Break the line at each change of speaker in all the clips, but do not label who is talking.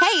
Hey,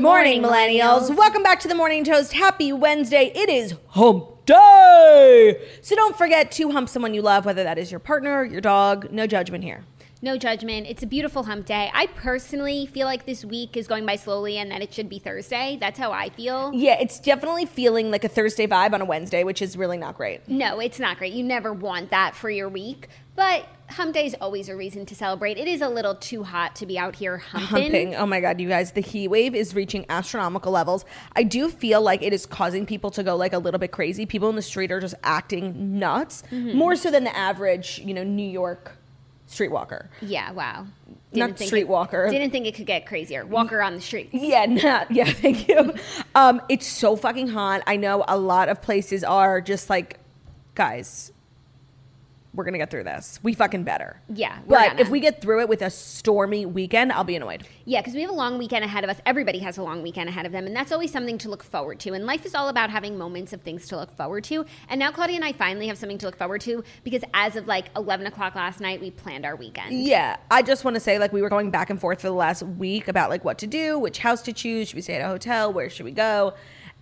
morning, millennials. Welcome back to the Morning Toast. Happy Wednesday. It is hump day. So don't forget to hump someone you love, whether that is your partner, your dog. No judgment here.
No judgment. It's a beautiful hump day. I personally feel like this week is going by slowly and that it should be Thursday. That's how I feel.
Yeah, it's definitely feeling like a Thursday vibe on a Wednesday, which is really not great.
No, it's not great. You never want that for your week. But hump day is always a reason to celebrate. It is a little too hot to be out here humping.
Humping. Oh my God, you guys, the heat wave is reaching astronomical levels. I do feel like it is causing people to go like a little bit crazy. People in the street are just acting nuts,
Mm-hmm.
more so than the average, you know, New York streetwalker.
Yeah, wow.
Not
it-
streetwalker.
Didn't think it could get crazier. Walker on the streets.
Yeah, not, yeah, thank you. Um, it's so fucking hot. I know a lot of places are just like, guys, we're gonna get through this. We fucking better.
Yeah, we're
But
gonna.
if we get through it with a stormy weekend, I'll be annoyed.
Yeah, because we have a long weekend ahead of us. Everybody has a long weekend ahead of them, and that's always something to look forward to. And life is all about having moments of things to look forward to. And now Claudia and I finally have something to look forward to because as of like 11 o'clock last night, we planned our weekend.
Yeah, I just want to say like we were going back and forth for the last week about like what to do, which house to choose, should we stay at a hotel, where should we go?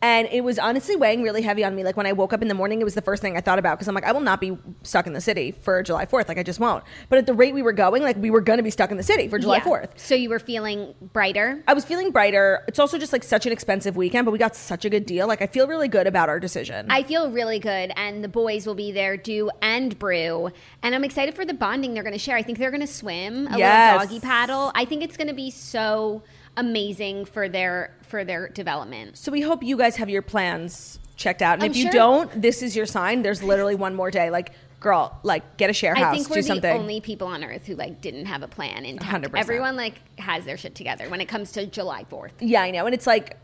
And it was honestly weighing really heavy on me. Like when I woke up in the morning, it was the first thing I thought about because I'm like, I will not be stuck in the city for July 4th. Like I just won't. But at the rate we were going, like we were going to be stuck in the city for July
Yeah.
4th.
So you were feeling brighter.
I was feeling brighter. It's also just like such an expensive weekend, but we got such a good deal. Like I feel really good about our decision.
I feel really good, and the boys will be there, do and brew. And I'm excited for the bonding they're going to share. I think they're going to swim a
Yes.
little doggy paddle. I think it's going to be so amazing for their for their development.
so we hope you guys have your plans checked out. And
I'm
if you
sure-
don't, this is your sign. There's literally one more day. Like, girl, like get a share house,
I think we're
do
the
something.
only people on earth who like didn't have a plan in
100%.
Everyone like has their shit together when it comes to July 4th.
yeah, I know. And it's like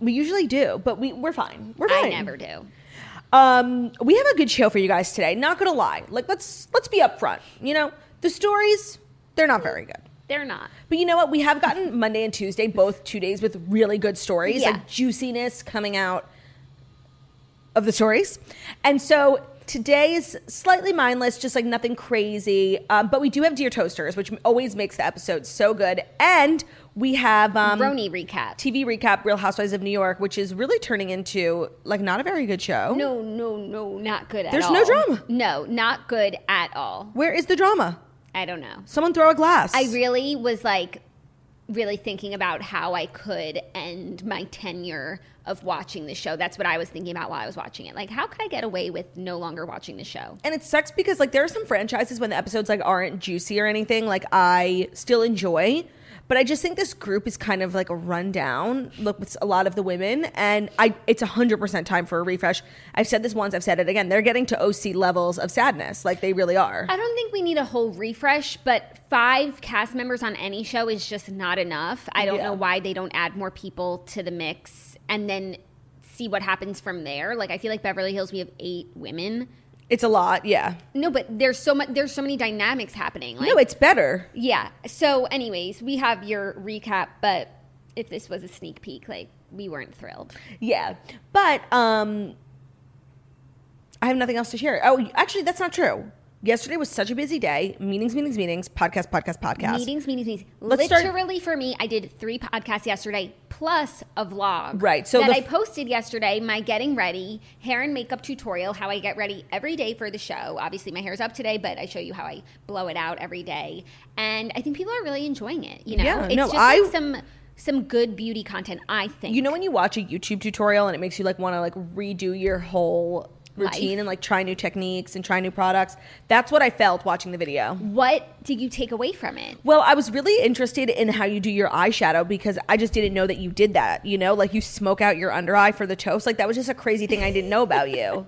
we usually do, but we we're fine. We're fine.
I never do.
Um, we have a good show for you guys today. Not gonna lie. Like let's let's be upfront. You know, the stories they're not very good.
They're not.
But you know what? We have gotten Monday and Tuesday, both two days with really good stories,
Yeah.
like juiciness coming out of the stories. And so today is slightly mindless, just like nothing crazy. Um, but we do have Dear Toasters, which always makes the episode so good. And we have um,
Roni recap.
TV recap Real Housewives of New York, which is really turning into like not a very good show.
no, no, no, not good at
There's
all.
no drama.
No, not good at all.
Where is the drama?
I don't know.
Someone throw a glass.
I really was like really thinking about how I could end my tenure of watching the show. That's what I was thinking about while I was watching it. Like how could I get away with no longer watching the show?
and it sucks because like there are some franchises when the episodes like aren't juicy or anything like i still enjoy but i just think this group is kind of like a rundown look with a lot of the women and i it's 100% time for a refresh i've said this once i've said it again they're getting to oc levels of sadness like they really are
I don't think we need a whole refresh, but five cast members on any show is just not enough. I don't
Yeah.
know why they don't add more people to the mix and then see what happens from there. Like I feel like Beverly Hills, we have eight women.
it's a lot yeah
No, but there's so much. There's so many dynamics happening. Like,
no it's better
yeah. So, anyways, we have your recap, but if this was a sneak peek, like we weren't thrilled.
yeah but um i have nothing else to share oh actually that's not true yesterday was such a busy day meetings meetings meetings podcast podcast podcast
Meetings, meetings, meetings.
Let's start-
Literally for me, I did three podcasts yesterday plus a vlog.
Right, so
that
the
I
f-
posted yesterday, my getting ready, hair and makeup tutorial, how I get ready every day for the show. Obviously, my hair's up today, but I show you how I blow it out every day, and I think people are really enjoying it. You know,
Yeah,
it's
no,
just
I-
like some some good beauty content. I think
You know when you watch a YouTube tutorial and it makes you like want to like redo your whole routine
Life.
and like try new techniques and try new products. That's what I felt watching the video.
what did you take away from it?
Well, I was really interested in how you do your eyeshadow because I just didn't know that you did that. You know, like you smoke out your under eye for the toast. Like that was just a crazy thing I didn't know about you.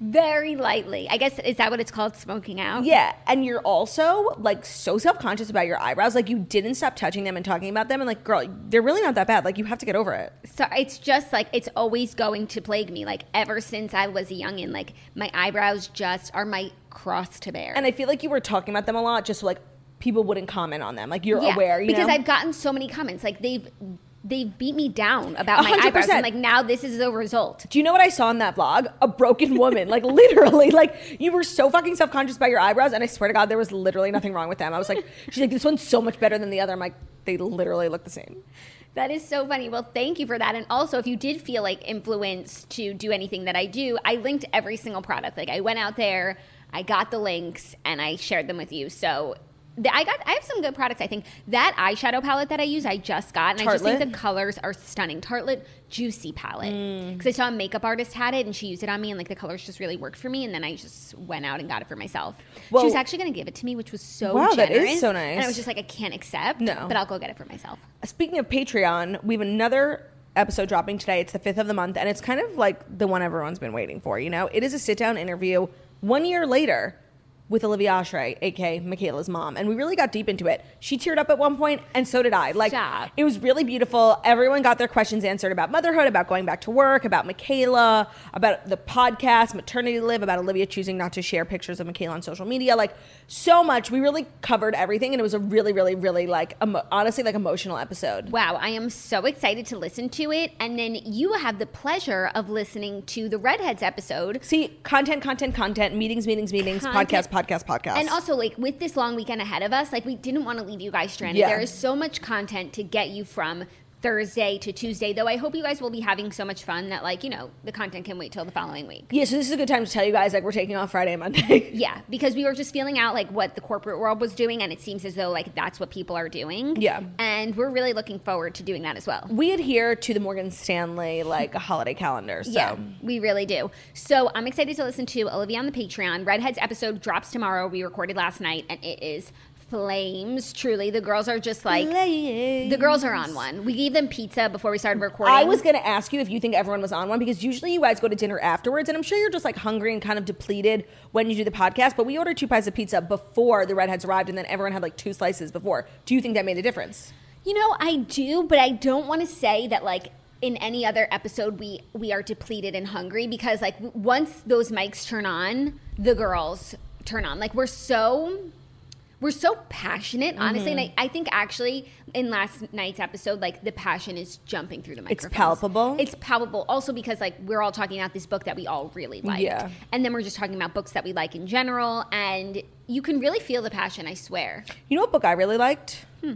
Very lightly, I guess. Is that what it's called? Smoking out.
Yeah, and you're also like so self conscious about your eyebrows. Like you didn't stop touching them and talking about them. And like, girl, they're really not that bad. Like you have to get over it.
So it's just like it's always going to plague me. Like ever since I was a youngin, like my eyebrows just are my cross to bear.
And I feel like you were talking about them a lot, just so, like people wouldn't comment on them. Like you're
Yeah,
aware, you
because
know?
I've gotten so many comments. Like they've they've beat me down about my eyebrows.
100%.
I'm like now this is the result.
Do you know what I saw in that vlog? A broken woman. like literally, like you were so fucking self conscious about your eyebrows, and I swear to God, there was literally nothing wrong with them. I was like, she's like, this one's so much better than the other. I'm like, they literally look the same.
That is so funny. Well, thank you for that. And also, if you did feel like influenced to do anything that I do, I linked every single product. Like I went out there, I got the links, and I shared them with you. So. th- I got. I have some good products. I think that eyeshadow palette that I use, I just got, and I just think
Tartlet?
the colors are stunning. Tartlet Juicy
Mm.
Palette, because I saw a makeup artist had it, and she used it on me, and like the colors just really worked for me. And then I just went out and got it for myself.
Well-
she was actually going to give it to me, which was so
Wow, that is
generous,
so
And
nice.
I was just like, I can't accept.
No.
but I'll go get it for myself.
Speaking of Patreon, we have another episode dropping today. It's the fifth of the month, and it's kind of like the one everyone's been waiting for. You know, it is a sit down interview one year later with Olivia Ashray, aka Michaela's mom, and we really got deep into it. She teared up at one point, and so did I. Like,
Stop.
it was really beautiful. Everyone got their questions answered about motherhood, about going back to work, about Michaela, about the podcast, maternity live, about Olivia choosing not to share pictures of Michaela on social media. Like so much. We really covered everything and it was a really, really, really like emo- honestly like emotional episode.
Wow, I am so excited to listen to it. And then you have the pleasure of listening to the Redheads episode.
See, content, content, content, meetings, meetings, meetings,
Content.
podcast, podcast, podcast.
And also, like with this long weekend ahead of us, like we didn't want to leave you guys stranded.
Yeah.
There is so much content to get you from Thursday to Tuesday, though I hope you guys will be having so much fun that, like, you know, the content can wait till the following week.
yeah, so this is a good time to tell you guys like we're taking off Friday and Monday.
Yeah, because we were just feeling out like what the corporate world was doing, and it seems as though like that's what people are doing.
Yeah.
And we're really looking forward to doing that as well.
we adhere to the Morgan Stanley like holiday calendar. So
Yeah, we really do. So I'm excited to listen to Olivia on the Patreon. Redhead's episode drops tomorrow. We recorded last night, and it is flames. Truly, the girls are just like the girls are on one. We gave them pizza before we started recording.
I was gonna ask you if you think everyone was on one because usually you guys go to dinner afterwards, and I'm sure you're just like hungry and kind of depleted when you do the podcast. But we ordered two pies of pizza before the redheads arrived, and then everyone had like two slices before. Do you think that made a difference?
You know, I do, but I don't want to say that like in any other episode we we are depleted and hungry because like w- once those mics turn on, the girls turn on. Like we're so we're so passionate, honestly. And
Mm-hmm.
I, I think actually in last night's episode, like the passion is jumping through the microphone.
palpable.
It's palpable. Also because like we're all talking about this book that we all really liked.
Yeah.
And then we're just talking about books that we like in general. And you can really feel the passion, I swear.
You know what book I really liked?
Hmm.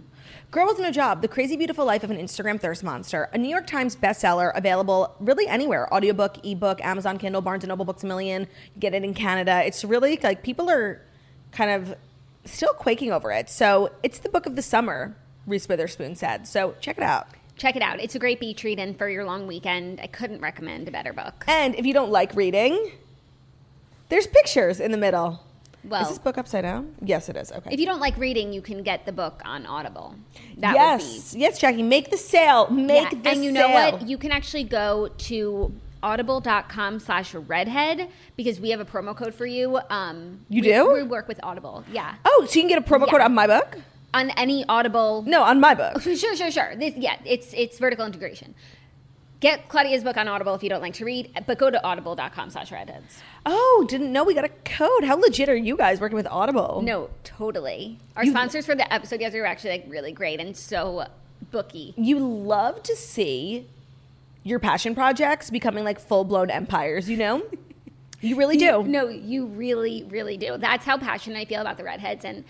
Girl with No Job: The Crazy Beautiful Life of an Instagram Thirst Monster, a New York Times bestseller, available really anywhere: audiobook, ebook, Amazon Kindle, Barnes and Noble, Books a Million. You get it in Canada. It's really like people are kind of still quaking over it. So it's the book of the summer. Reese Witherspoon said. So check it out.
Check it out. It's a great beach treat, and for your long weekend, I couldn't recommend a better book.
And if you don't like reading, there's pictures in the middle.
Well-
is this book upside down? Yes, it is. Okay.
If you don't like reading, you can get the book on Audible. That
yes, yes, Jackie, make the sale.
would be
Make the
And you know
sale.
what? You can actually go to audible.com slash redhead because we have a promo code for you. Um,
You
we-
do?
We work with Audible, yeah.
Oh, so you can get a promo
Yeah.
code on my book?
On any Audible.
No, on my book.
Sure, sure, sure. This, yeah, it's it's vertical integration. Get Claudia's book on Audible if you don't like to read, but go to audible.com slash redheads.
Oh, didn't know we got a code. How legit are you guys working with Audible?
No, totally. Our sponsors for the episode yesterday were actually like really great and so booky.
You love to see your passion projects becoming like full blown empires, you know? You really do.
No, you really, really do. That's how passionate I feel about the redheads and.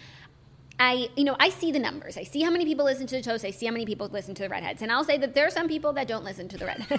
I, you know, I see the numbers. I see how many people listen to the toast. I see how many people listen to the redheads, and I'll say that there are some people that don't listen to the redheads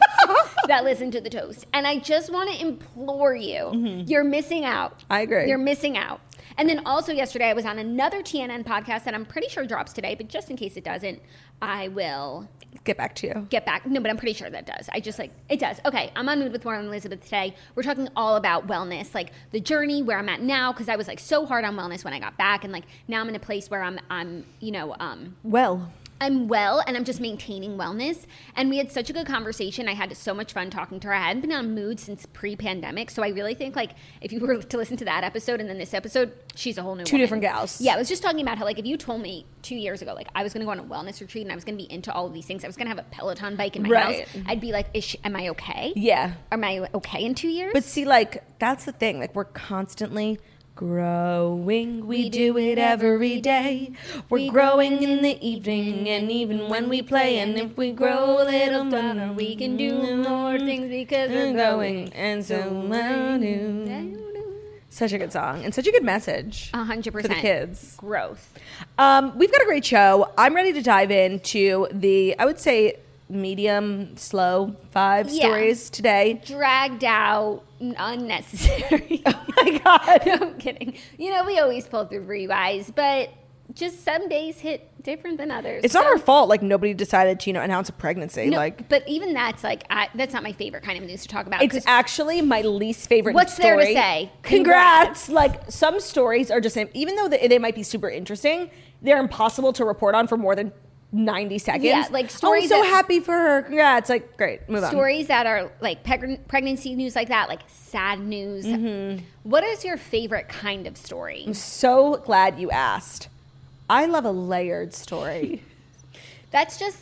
that listen to the toast. And I just want to implore you: you're missing out.
Mm-hmm. I agree.
You're missing out. And then also yesterday, I was on another TNN podcast that I'm pretty sure drops today, but just in case it doesn't, I will
Get back to you.
get back. No, but I'm pretty sure that does. I just like it does. Okay, I'm on Mood with Warren and Elizabeth today. We're talking all about wellness, like the journey where I'm at now, because I was like so hard on wellness when I got back, and like now I'm in a place where I'm, I'm, you know, um,
Well,
I'm well and I'm just maintaining wellness. And we had such a good conversation. I had so much fun talking to her. I hadn't been on mood since pre pandemic. So I really think, like, if you were to listen to that episode and then this episode, she's a whole new
Two
woman.
different gals.
Yeah, I was just talking about how, like, if you told me two years ago, like, I was going to go on a wellness retreat and I was going to be into all of these things, I was going to have a Peloton bike in my
Right.
house, I'd be like, Is she, am I okay?
yeah.
Am I okay in two years?
But see, like, that's the thing. Like, we're constantly growing. We, do it every day. We're growing in the evening, and even when we play, and if we grow a little better, we can do more things because we're growing. And so I do. Such a good song and such a good message.
A hundred
for the
percent.
kids.
growth.
Um, we've got a great show. I'm ready to dive into the, I would say, medium, slow five
Yeah.
stories today.
dragged out, n- unnecessary. Oh
my God.
I'm kidding. You know, we always pull through for you guys, but just some days hit different than others.
It's not
So-
our fault. Like nobody decided to you know announce a pregnancy.
No,
like
but even that's like I, that's not my favorite kind of news to talk about.
it's
'cause
actually my least favorite.
What's there to
story.
say?
Congrats. Like some stories are just even though they, they might be super interesting, they're impossible to report on for more than ninety seconds.
Yeah, like, stories
Oh, I'm so
that-
happy for her. Congrats. Like great. Move
stories that are like peg- pregnancy news, like that, like sad news.
Mm-hmm.
What is your favorite kind of story?
on. So glad you asked. I love a layered story.
That's just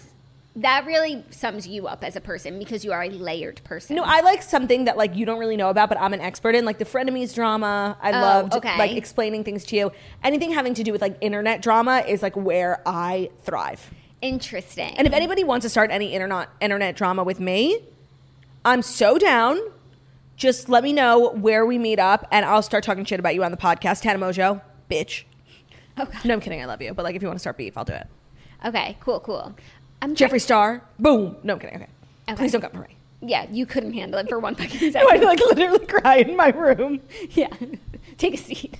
that really sums you up as a person because you are a layered person.
No, I like something that like you don't really know about, but I'm an expert in, like the frenemies drama. I
Oh,
loved
okay.
like explaining things to you. Anything having to do with like internet drama is like where I thrive.
interesting.
And if anybody wants to start any internet internet drama with me, I'm so down. Just let me know where we meet up, and I'll start talking shit about you on the podcast. Hannah Mojo, bitch.
Okay.
No, I'm kidding. I love you, but like if you want to start beef, I'll do it.
okay, cool, cool. I'm
Jeffree Star, boom. No, I'm kidding. Okay,
Okay.
please don't come for me.
Yeah, you couldn't handle it for one fucking
I
second.
like literally cry in my room.
yeah, take a seat.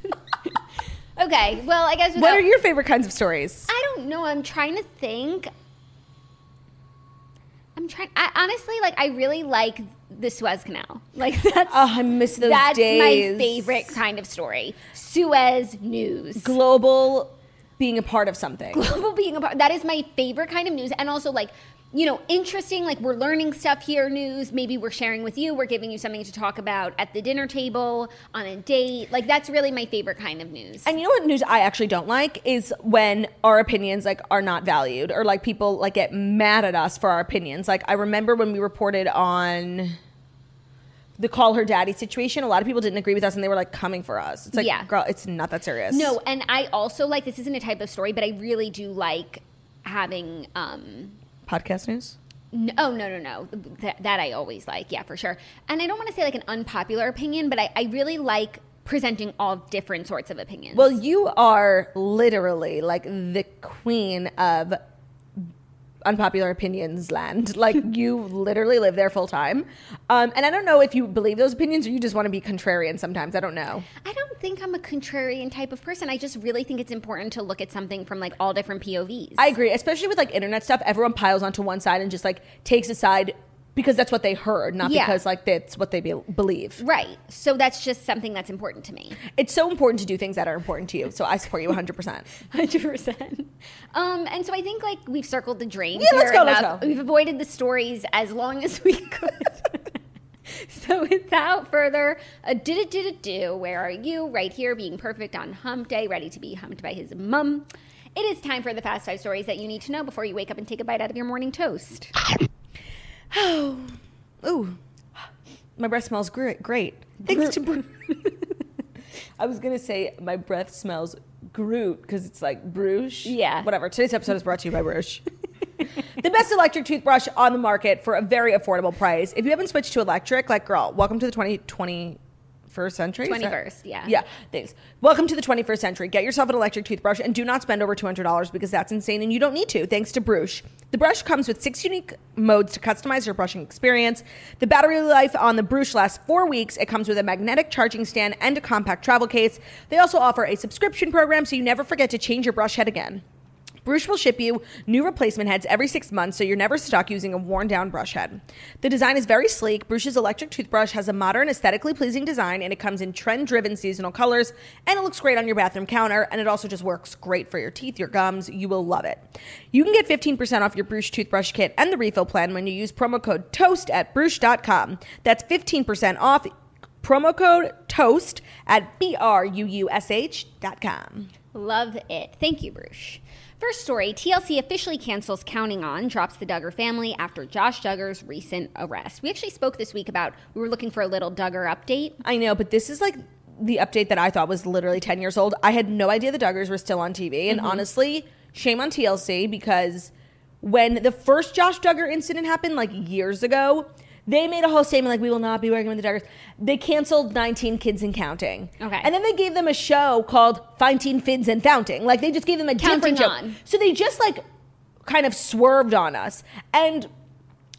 okay, well, I guess.
What
without-
are your favorite kinds of stories?
I don't know. I'm trying to think. I'm trying. I honestly like. I really like the Suez Canal. Like that's
Oh, I miss those
that's
days.
my favorite kind of story. Suez news.
Global being a part of something.
global being a part that is my favorite kind of news and also like you know interesting like we're learning stuff here news maybe we're sharing with you we're giving you something to talk about at the dinner table on a date like that's really my favorite kind of news
And you know what news I actually don't like is when our opinions like are not valued or like people like get mad at us for our opinions. Like I remember when we reported on the call her daddy situation, a lot of people didn't agree with us and they were like coming for us. It's like
Yeah.
girl, it's not that serious.
no and i also like this isn't a type of story but i really do like having um
podcast news?
No, oh no no no Th- that I always like yeah for sure and I don't want to say like an unpopular opinion but I, I really like presenting all different sorts of opinions
Well, you are literally like the queen of unpopular opinions land. Like you literally live there full time. Um, and I don't know if you believe those opinions or you just want to be contrarian sometimes. I don't know.
I don't think I'm a contrarian type of person. I just really think it's important to look at something from like all different POVs.
I agree, especially with like internet stuff. Everyone piles onto one side and just like takes a side because that's what they heard, not
Yeah.
because like that's what they be- believe.
right. So that's just something that's important to me.
It's so important to do things that are important to you. So I support you 100%.
100%. Um and so I think like we've circled the drain.
Yeah, let's
here
go, let's
enough.
go.
We've avoided the stories as long as we could. so without further did it did it do where are you right here being perfect on hump day ready to be humped by his mum. It is time for the fast five stories that you need to know before you wake up and take a bite out of your morning toast.
Ooh, my breath smells gr- great. Thanks to Brute. I was gonna say my breath smells Groot because it's like Bruges.
Yeah.
Whatever. Today's episode is brought to you by Bruges. the best electric toothbrush on the market for a very affordable price. If you haven't switched to electric, like girl, welcome to the 2020 21st century? Is that-
21st, yeah.
Yeah, thanks. Welcome to the 21st century. Get yourself an electric toothbrush and do not spend over $200 because that's insane and you don't need to, thanks to Bruche. The brush comes with six unique modes to customize your brushing experience. The battery life on the Bruche lasts four weeks. It comes with a magnetic charging stand and a compact travel case. They also offer a subscription program so you never forget to change your brush head again. Bruce will ship you new replacement heads every six months so you're never stuck using a worn down brush head. The design is very sleek. Bruce's electric toothbrush has a modern, aesthetically pleasing design and it comes in trend driven seasonal colors and it looks great on your bathroom counter and it also just works great for your teeth, your gums. You will love it. You can get 15% off your Bruce toothbrush kit and the refill plan when you use promo code TOAST at Bruce.com. That's 15% off promo code TOAST at B R U U S H dot com.
Love it. Thank you, Bruce. First story TLC officially cancels Counting On, drops the Duggar family after Josh Duggar's recent arrest. We actually spoke this week about we were looking for a little Duggar update.
I know, but this is like the update that I thought was literally 10 years old. I had no idea the Duggars were still on TV. And honestly, shame on TLC because when the first Josh Duggar incident happened, like years ago, they made a whole statement like, we will not be working with the Duggars. They canceled 19 Kids and Counting.
Okay.
And then they gave them a show called Finding Fids and Founting. Like, they just gave them a
Counting
different show.
on.
So they just like kind of swerved on us. And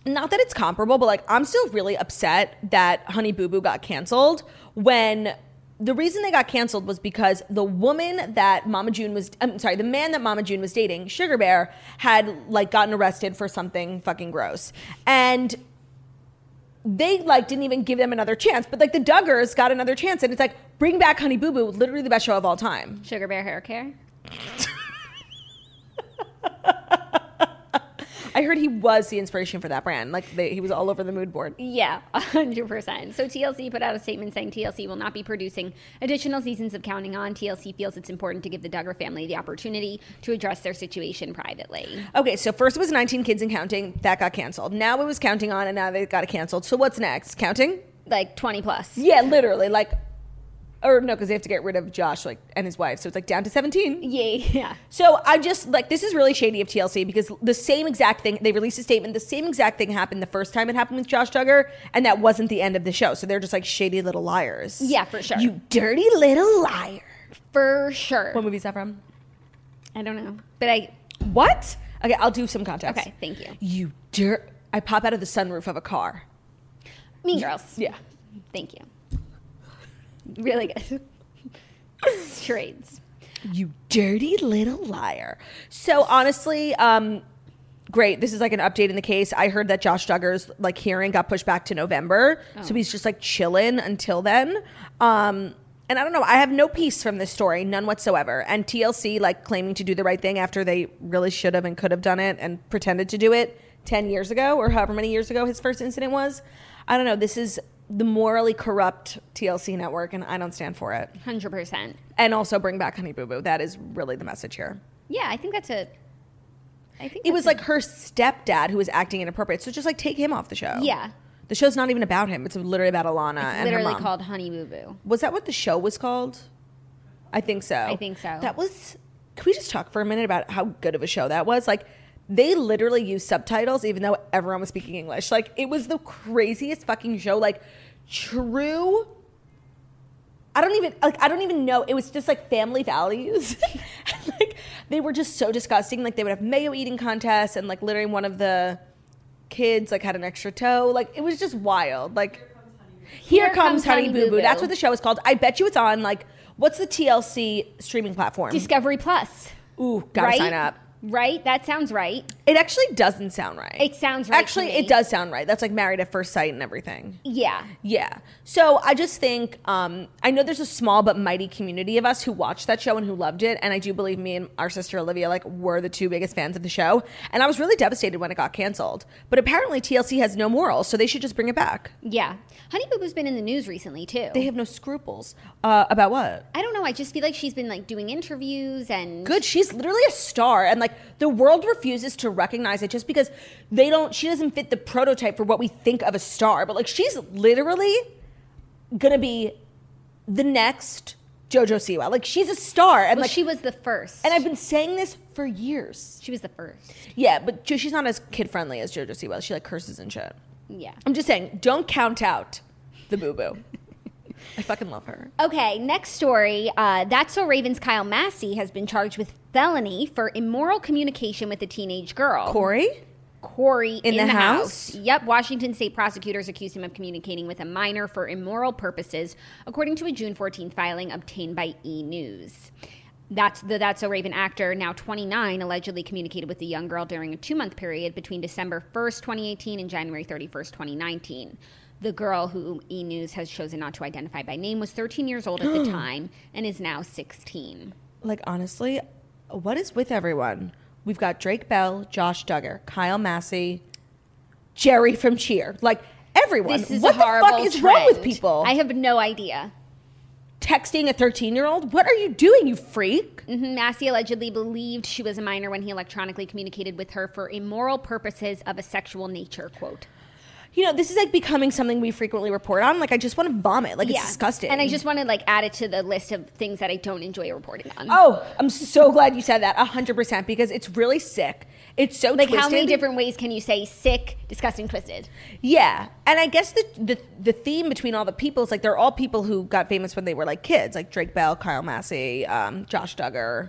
not that it's comparable, but like I'm still really upset that Honey Boo Boo got canceled when the reason they got canceled was because the woman that Mama June was I'm sorry, the man that Mama June was dating, Sugar Bear, had like gotten arrested for something fucking gross. And they like didn't even give them another chance, but like the Duggars got another chance and it's like bring back Honey Boo Boo, literally the best show of all time.
Sugar Bear Hair Care.
I heard he was the inspiration for that brand. Like they, he was all over the mood board.
Yeah, 100%. So TLC put out a statement saying TLC will not be producing additional seasons of Counting On. TLC feels it's important to give the Duggar family the opportunity to address their situation privately.
Okay, so first it was 19 kids and counting. That got canceled. Now it was counting on, and now they got it canceled. So what's next? Counting?
Like 20 plus.
Yeah, literally. Like, or no, because they have to get rid of Josh like and his wife. So it's like down to 17.
Yeah, yeah.
So I just like this is really shady of TLC because the same exact thing they released a statement. The same exact thing happened the first time it happened with Josh Duggar, and that wasn't the end of the show. So they're just like shady little liars.
Yeah, for sure.
You dirty little liar.
For sure.
What movie is that from?
I don't know. But I,
What? Okay, I'll do some context.
okay, thank you.
You dirt. I pop out of the sunroof of a car.
Mean Girls.
Yeah.
Thank you. Really good. Charades.
You dirty little liar. So honestly, um, great. This is like an update in the case. I heard that Josh Duggar's like hearing got pushed back to November, so he's just like chilling until then. Um, and I don't know. I have no peace from this story, none whatsoever. And TLC like claiming to do the right thing after they really should have and could have done it and pretended to do it ten years ago or however many years ago his first incident was. I don't know. This is the morally corrupt TLC network, and I don't stand for it
100%.
and also bring back Honey Boo Boo. That is really the message here.
Yeah, I think that's a. I think
It was
that's
like her stepdad who was acting inappropriate, so just like take him off the show.
a- yeah,
the show's not even about him. It's literally about Alana and her
literally
mom. Mm-hmm.
called Honey Boo Boo.
Was that what the show was called? I think so. I
think so.
That was. Can we just talk for a minute about how good of a show that was? Like. They literally used subtitles, even though everyone was speaking English. Like it was the craziest fucking show. Like true I don't even like I don't even know. It was just like family values. like they were just so disgusting. Like they would have mayo eating contests and like literally one of the kids like had an extra toe. Like it was just wild. Like here comes Honey Boo Boo. That's what the show is called. I bet you it's on like what's the TLC streaming platform?
Discovery Plus.
Ooh, gotta
right?
sign up.
Right? That sounds right.
It actually doesn't sound right.
It sounds right to
Actually,
me.
it does sound right. That's like married at first sight and everything.
Yeah.
Yeah. So I just think um, I know there's a small but mighty community of us who watched that show and who loved it, and I do believe me and our sister Olivia like were the two biggest fans of the show, and I was really devastated when it got canceled. But apparently TLC has no morals, so they should just bring it back. Oh.
Yeah. Honey Boo Boo's been in the news recently too.
They have no scruples uh, about what.
I don't know. I just feel like she's been like doing interviews and
Good, she's literally a star, and like the world refuses to recognize it just because they don't. She doesn't fit the prototype for what we think of a star, but like she's literally gonna be the next JoJo Siwa. Like she's a star, and
well,
like
she was the first.
And I've been saying this for years.
she was the first.
Yeah, but Jo- she's not as kid friendly as JoJo Siwa. She like curses and shit.
Yeah.
I'm just saying, don't count out the boo boo. I fucking love her.
Okay, next story. Uh, That's So Raven's Kyle Massey has been charged with felony for immoral communication with a teenage girl.
Corey?
Corey in,
the
the,
house?
house. Yep, Washington state prosecutors accused him of communicating with a minor for immoral purposes, according to a June 14th filing obtained by E! News. That's the That's So Raven actor, now 29, allegedly communicated with the young girl during a two month period between December 1st, 2018 and January 31st, 2019. The girl, who E! News has chosen not to identify by name, was 13 years old at the time and is now 16.
Like, honestly, what is with everyone? We've got Drake Bell, Josh Duggar, Kyle Massey, Jerry from Cheer. Like, everyone.
This is
what
a
the
horrible
fuck is wrong with
trend.
people?
I have no idea.
texting a 13 year old? What are you doing, you freak?
Mhm. Massey allegedly believed she was a minor when he electronically communicated with her for immoral purposes of a sexual nature. Quote.
You know, this is like becoming something we frequently report on. Like, I just want to vomit. Like, it's disgusting.
And I just want to like add it to the list of things that I don't enjoy reporting on.
Oh, I'm so glad you said that. 100% because it's really sick. It's so
like
twisted.
how many different ways can you say sick, disgusting, twisted?
Yeah, and I guess the, the the theme between all the people is like they're all people who got famous when they were like kids, like Drake Bell, Kyle Massey, um, Josh Duggar.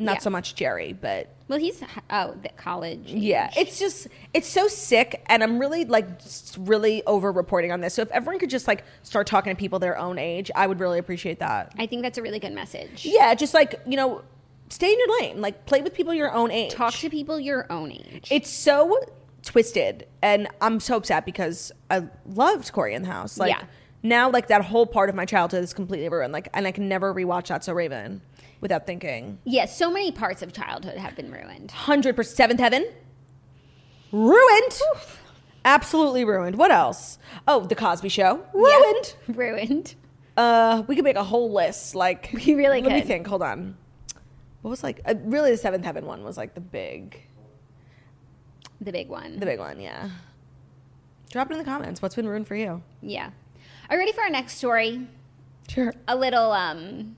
Not
Yeah.
so much Jerry, but
Well, he's oh, the college.
yeah, it's just it's so sick, and I'm really like just really over reporting on this. So if everyone could just like start talking to people their own age, I would really appreciate that.
I think that's a really good message.
Yeah, just like you know, stay in your lane, like play with people your own age.
Talk to people your own age.
It's so twisted, and I'm so upset because I loved Corey in the House. Like
Yeah.
now, like that whole part of my childhood is completely ruined. Like, and I can never rewatch that. So Raven, without thinking,
yeah, so many parts of childhood have been ruined.
hundred percent seventh heaven, ruined, absolutely ruined. What else? Oh, the Cosby Show, ruined.
Ruined.
Uh, we could make a whole list. Like,
We really
let me
could.
think. Hold on. What was like? Uh, really, the seventh heaven one was like the big,
The big one.
the big one. Yeah. Drop it in the comments. What's been ruined for you?
yeah. Are you ready for our next story?
Sure.
a little um,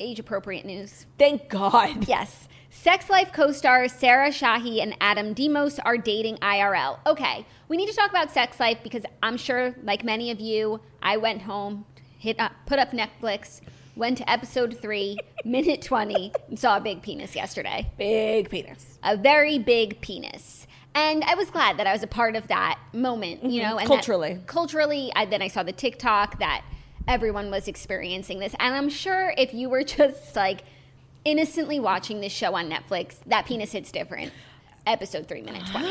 age appropriate news.
Thank God.
Yes. Sex Life co stars Sarah Shahi and Adam Demos are dating IRL. Okay, we need to talk about Sex Life because I'm sure, like many of you, I went home, hit up, put up Netflix, went to episode three, minute 20, and saw a big penis yesterday.
Big penis.
A very big penis. And I was glad that I was a part of that moment, you know. And that-
Culturally.
Mm-hmm. culturally, I, then I saw the TikTok that everyone was experiencing this. And I'm sure if you were just like innocently watching this show on Netflix, that penis hits different. Episode 3, minute 20.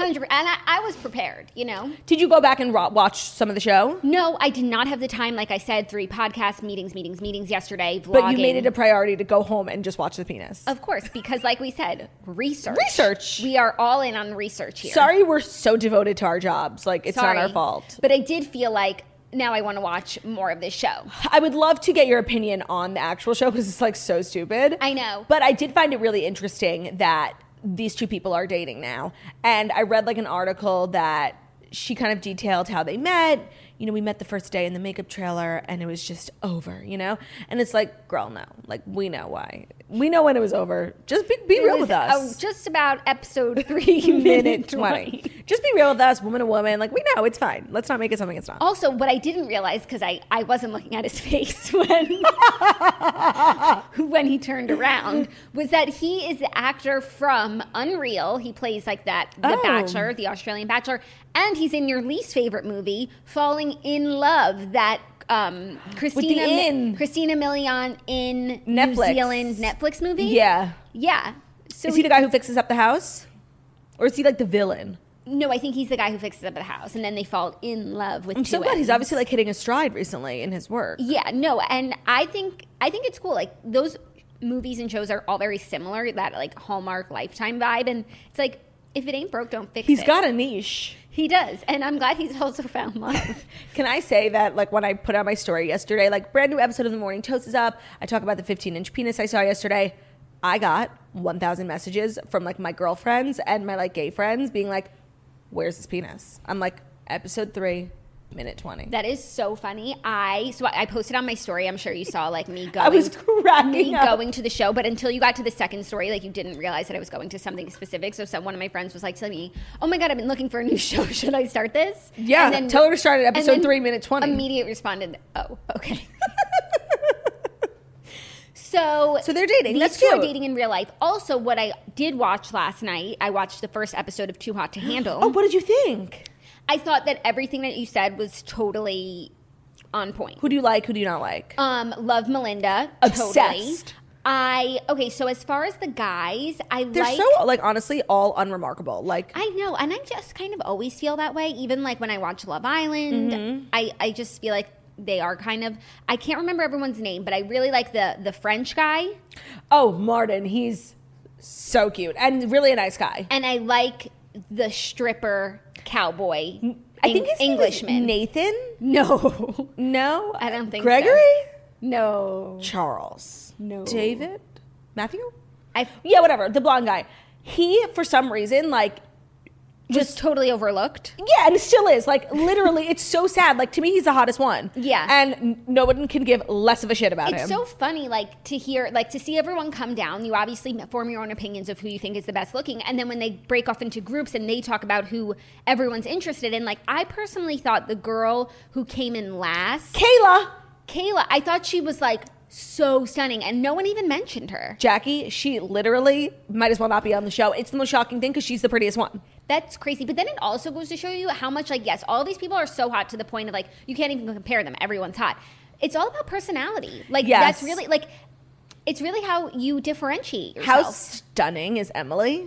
100%. And I, I was prepared, you know?
Did you go back and ro- watch some of the show?
No, I did not have the time. Like I said, three podcasts, meetings, meetings, meetings yesterday, vlogging.
But you made it a priority to go home and just watch the penis.
Of course, because like we said, research.
Research.
We are all in on research here.
Sorry, we're so devoted to our jobs. Like, it's
Sorry.
not our fault.
But I did feel like now I want to watch more of this show.
I would love to get your opinion on the actual show because it's like so stupid.
I know.
But I did find it really interesting that these two people are dating now. And I read like an article that she kind of detailed how they met. You know, we met the first day in the makeup trailer and it was just over, you know? And it's like, girl, no. Like, we know why. We know when it was over. Just be, be
It
real
was,
with us.
uh, just about episode three,
Minute 20. Just be real with us, woman to woman. Like, we know it's fine. Let's not make it something it's not.
Also, what I didn't realize because I, I wasn't looking at his face when when he turned around was that he is the actor from Unreal. He plays like that The
Oh.
Bachelor, the Australian Bachelor, and he's in your least favorite movie, Falling in Love. That um, Christina
inn.
Christina Milian in
Netflix.
New Zealand Netflix movie.
Yeah.
yeah. So
Is he the guy who fixes up the house? Or is he like the villain?
No, I think he's the guy who fixes up the house, and then they fall in love with.
I'm so
two
glad he's
ends.
obviously like hitting a stride recently in his work.
Yeah, no, and I think I think it's cool. Like those movies and shows are all very similar. That like Hallmark Lifetime vibe, and it's like if it ain't broke, don't fix
He's
it.
got a niche.
He does, and I'm glad he's also found love.
Can I say that like when I put out my story yesterday, like brand new episode of the Morning Toast is up. I talk about the 15 inch penis I saw yesterday. I got 1,000 messages from like my girlfriends and my like gay friends being like, "Where's this penis?" I'm like, episode three, minute 20.
That is so funny. I so I posted on my story. I'm sure you saw like me going.
I was cracking
me
up.
going to the show, but until you got to the second story, like you didn't realize that I was going to something specific. So some one of my friends was like telling me, "Oh my god, I've been looking for a new show. Should I start this?"
Yeah, tell her to start at
and
episode
then
three, minute 20.
Immediate responded, "Oh, okay." So,
So they're dating.
These
That's
two are
cute.
dating in real life. Also, what I did watch last night, I watched the first episode of Too Hot to Handle.
oh, what did you think?
I thought that everything that you said was totally on point.
Who do you like? Who do you not like?
Um, love Melinda. Totally.
Obsessed.
I okay. So as far as the guys, I
They're
like.
so, like, honestly, all unremarkable. Like,
I know, and I just kind of always feel that way. Even like when I watch Love Island,
Mm-hmm.
I I just feel like they are kind of. I can't remember everyone's name, but I really like the the French guy,
oh, Martin, he's so cute and really a nice guy.
and I like the stripper cowboy.
I
Eng-
think his
Englishman.
Name is Nathan?
no,
No.
I don't think so.
Gregory?
no.
Charles.
No.
David? Matthew?
I
Yeah, whatever. The blonde guy. He, for some reason, like,
was totally overlooked.
Yeah, and it still is. Like literally, it's so sad. Like to me, he's the hottest one.
Yeah.
and n- no one can give less of a shit about
it's
him.
so funny like to hear like to see everyone come down you obviously form your own opinions of who you think is the best looking and then when they break off into groups and they talk about who everyone's interested in like i personally thought the girl who came in last
Kayla,
kayla i thought she was like so stunning and no one even mentioned her
Jackie, she literally might as well not be on the show. It's the most shocking thing because she's the prettiest one.
that's crazy but then it also goes to show you how much like yes all these people are so hot to the point of like you can't even compare them everyone's hot it's all about personality like
Yes.
that's really like it's really how you differentiate yourself.
How stunning is Emily?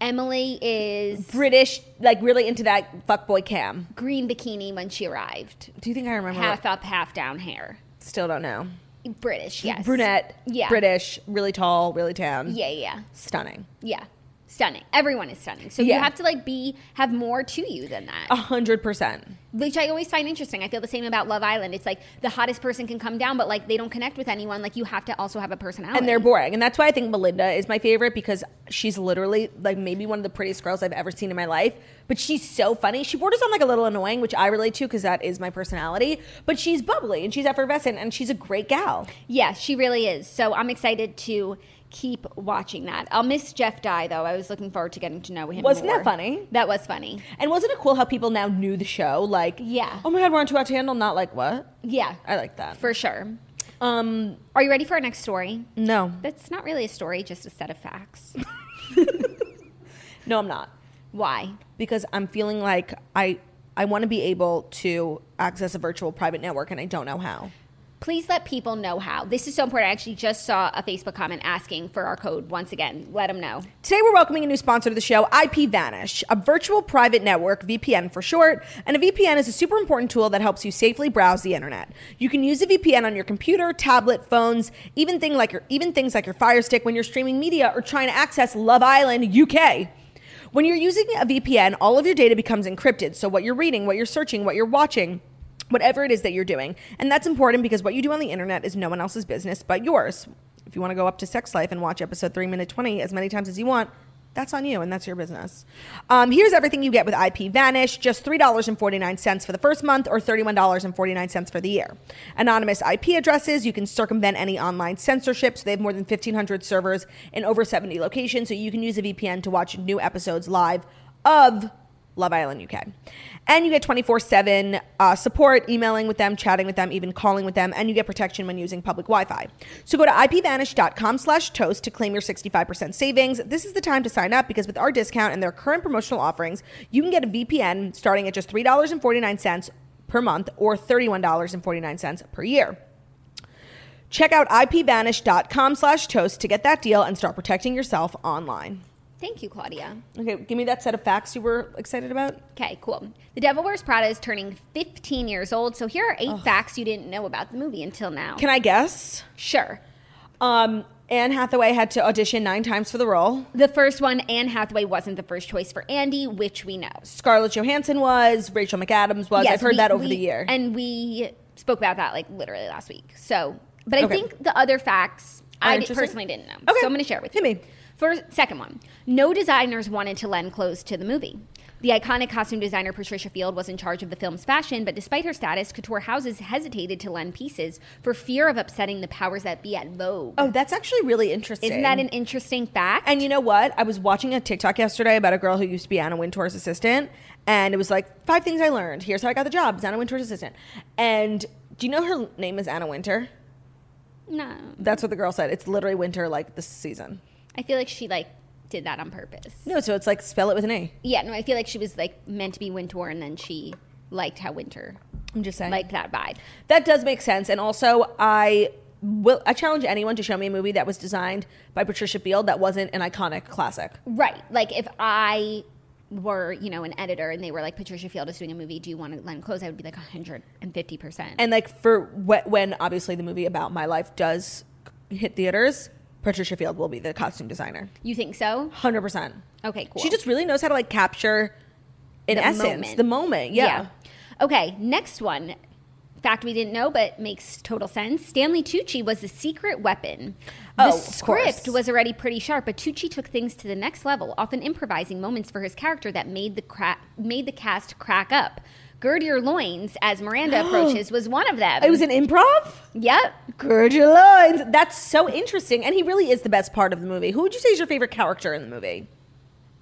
Emily is
British, like really into that fuckboy cam.
green bikini when she arrived.
Do you think I remember?
Half
what-
up, half down hair.
Still don't know.
British, yes.
Brunette,
Yeah.
British, really tall, really tan.
Yeah, yeah,
stunning.
yeah. Stunning. Everyone is stunning. So
Yeah. Uh-huh.
you have to like be have more to you than that,
A hundred percent.
which I always find interesting. I feel the same about Love Island. It's like the hottest person can come down, but like they don't connect with anyone. Like you have to also have a personality.
and they're boring. And that's why I think Melinda is my favorite because she's literally like maybe one of the prettiest girls I've ever seen in my life. But she's so funny. She borders on like a little annoying, which I relate to because that is my personality. But she's bubbly and she's effervescent and she's a great gal.
Yeah, she really is. So I'm excited to keep watching that. I'll miss Jeff Dye though. I was looking forward to getting to know him.
Wasn't that
more.
funny?
That was funny.
And wasn't it cool how people now knew the show? Like,
Yeah.
oh my god, we're on Too Hot to Handle. Not like what?
Yeah,
I like that.
for sure.
um,
Are you ready for our next story?
no,
That's not really a story, just a set of facts.
no, I'm not
Why?
because I'm feeling like I I want to be able to access a virtual private network and I don't know how.
Please let people know how. This is so important. I actually just saw a Facebook comment asking for our code once again. Let them know.
Today, we're welcoming a new sponsor to the show, IP Vanish, a virtual private network, VPN for short. And a VPN is a super important tool that helps you safely browse the internet. You can use a VPN on your computer, tablet, phones, even, thing like your, even things like your Fire Stick when you're streaming media or trying to access Love Island UK. When you're using a VPN, all of your data becomes encrypted. So, what you're reading, what you're searching, what you're watching, whatever it is that you're doing. And that's important because what you do on the internet is no one else's business but yours. If you want to go up to Sex Life and watch episode 3 minute 20 as many times as you want, that's on you and that's your business. Um, here's everything you get with IP Vanish just $3.49 for the first month or $31.49 for the year. Anonymous IP addresses, you can circumvent any online censorship. So they have more than 1,500 servers in over 70 locations. So you can use a VPN to watch new episodes live of Love Island UK. And you get 24 7 uh, support, emailing with them, chatting with them, even calling with them, and you get protection when using public Wi Fi. So go to ipvanish.com slash toast to claim your 65% savings. This is the time to sign up because with our discount and their current promotional offerings, you can get a VPN starting at just $3.49 per month or $31.49 per year. Check out ipvanish.com slash toast to get that deal and start protecting yourself online.
Thank you, Claudia.
Okay, give me that set of facts you were excited about.
Okay, cool. The Devil Wears Prada is turning 15 years old. So here are eight facts you didn't know about the movie until now.
Can I guess?
sure.
Um, Anne Hathaway had to audition nine times for the role.
The first one, Anne Hathaway wasn't the first choice for Andy, which we know.
Scarlett Johansson was, Rachel McAdams was. I've heard
we-
that over
we-
the year.
And we spoke about that like literally last week. So, but I
Okay.
think the other facts
Are
I di-
interesting?
personally didn't know.
Okay.
So I'm going to share it with
Hit
you.
me.
First, second one. No designers wanted to lend clothes to the movie. The iconic costume designer Patricia Field was in charge of the film's fashion, but despite her status, couture houses hesitated to lend pieces for fear of upsetting the powers that be at Vogue.
Oh, that's actually really interesting.
Isn't that an interesting fact?
And you know what? I was watching a TikTok yesterday about a girl who used to be Anna Wintour's assistant, and it was like five things I learned. Here's how I got the job as Anna Wintour's assistant. And do you know her name is Anna Winter?
no,
That's what the girl said. It's literally winter, like this season.
I feel like she like did that on purpose.
No, so it's like spell it with an A.
Yeah, no, I feel like she was like meant to be Wintour, and then she liked how Winter
I'm just saying.
liked that vibe.
That does make sense. And also, I will. I challenge anyone to show me a movie that was designed by Patricia Field that wasn't an iconic classic.
Right. Like if I were, you know, an editor and they were like, Patricia Field is doing a movie, do you want to lend clothes? I would be like 150%.
And like for wh- when obviously the movie about my life does hit theaters, Patricia Field will be the costume designer.
you think so?
Hundred percent.
Okay, cool.
She just really knows how to like capture, in
The
essence,
moment.
the moment. Yeah.
Okay, next one. Fact we didn't know, but makes total sense. Stanley Tucci was the secret weapon. The
Oh, of
script
course.
was already pretty sharp, but Tucci took things to the next level, often improvising moments for his character that made the cra- made the cast crack up. Gird your loins, as Miranda approaches, was one of them.
It was an improv.
yep.
Gird your loins. That's so interesting, and he really is the best part of the movie. Who would you say is your favorite character in the movie?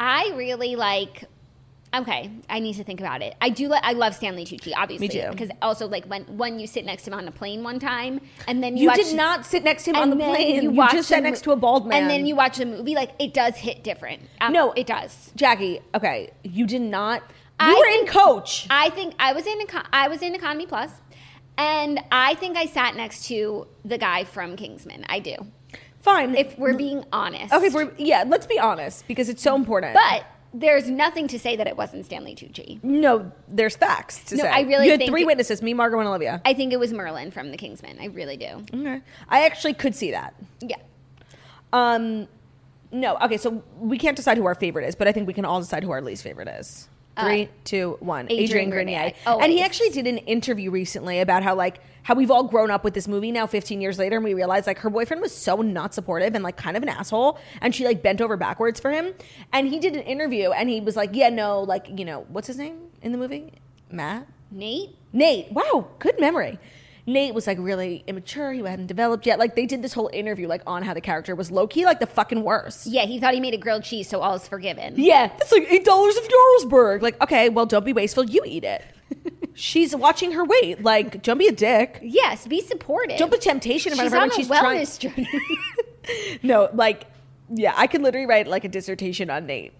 I really like. Okay, I need to think about it. I do. Li- I love Stanley Tucci, obviously,
too.
because also like when when you sit next to him on a plane one time, and then you,
You
watch-
did not sit next to him on the
and then
plane. You,
watch
just sat
the mo-
next to a bald man.
and then you watch the movie. Like it does hit different. Um,
No.
it does.
Jackie, okay, you did not. You
I
were
think-
in coach.
I think I was in Econ- I was in Economy Plus, and I think I sat next to the guy from Kingsman. I do.
Fine.
If we're being honest,
Mm. okay, if we're, yeah, let's be honest because it's so important.
but there's nothing to say that it wasn't Stanley Tucci.
no, there's facts to
No,
say.
I really
you had
think
three
it-
witnesses: me, Margot, and Olivia.
I think it was Merlin from The Kingsman. I really do.
okay. I actually could see that.
Yeah.
Um, no, okay, so we can't decide who our favorite is, but I think we can all decide who our least favorite is. Three, two, one.
Adrien
Uh, Adrian,
Grenier,
Grenier.
always.
And he actually did an interview recently about how like how we've all grown up with this movie now 15 years later and we realized like her boyfriend was so not supportive and like kind of an asshole and she like bent over backwards for him. And he did an interview and he was like, "Yeah, no, like, you know, what's his name in the movie? Matt?
Nate?
Nate, wow, good memory. Nate was like really immature. He hadn't developed yet. Like they did this whole interview like on how the character was low key like the fucking worst.
Yeah, he thought he made a grilled cheese, so all is forgiven.
Yeah, that's like eight dollars of Jarlsberg. Like, okay, well, don't be wasteful. You eat it. She's watching her weight. Like, don't be a dick.
Yes, be supportive.
Don't put temptation in front
she's
of her
on
when
a
she's trying.
wellness journey.
No, like, yeah, I could literally write like a dissertation on Nate.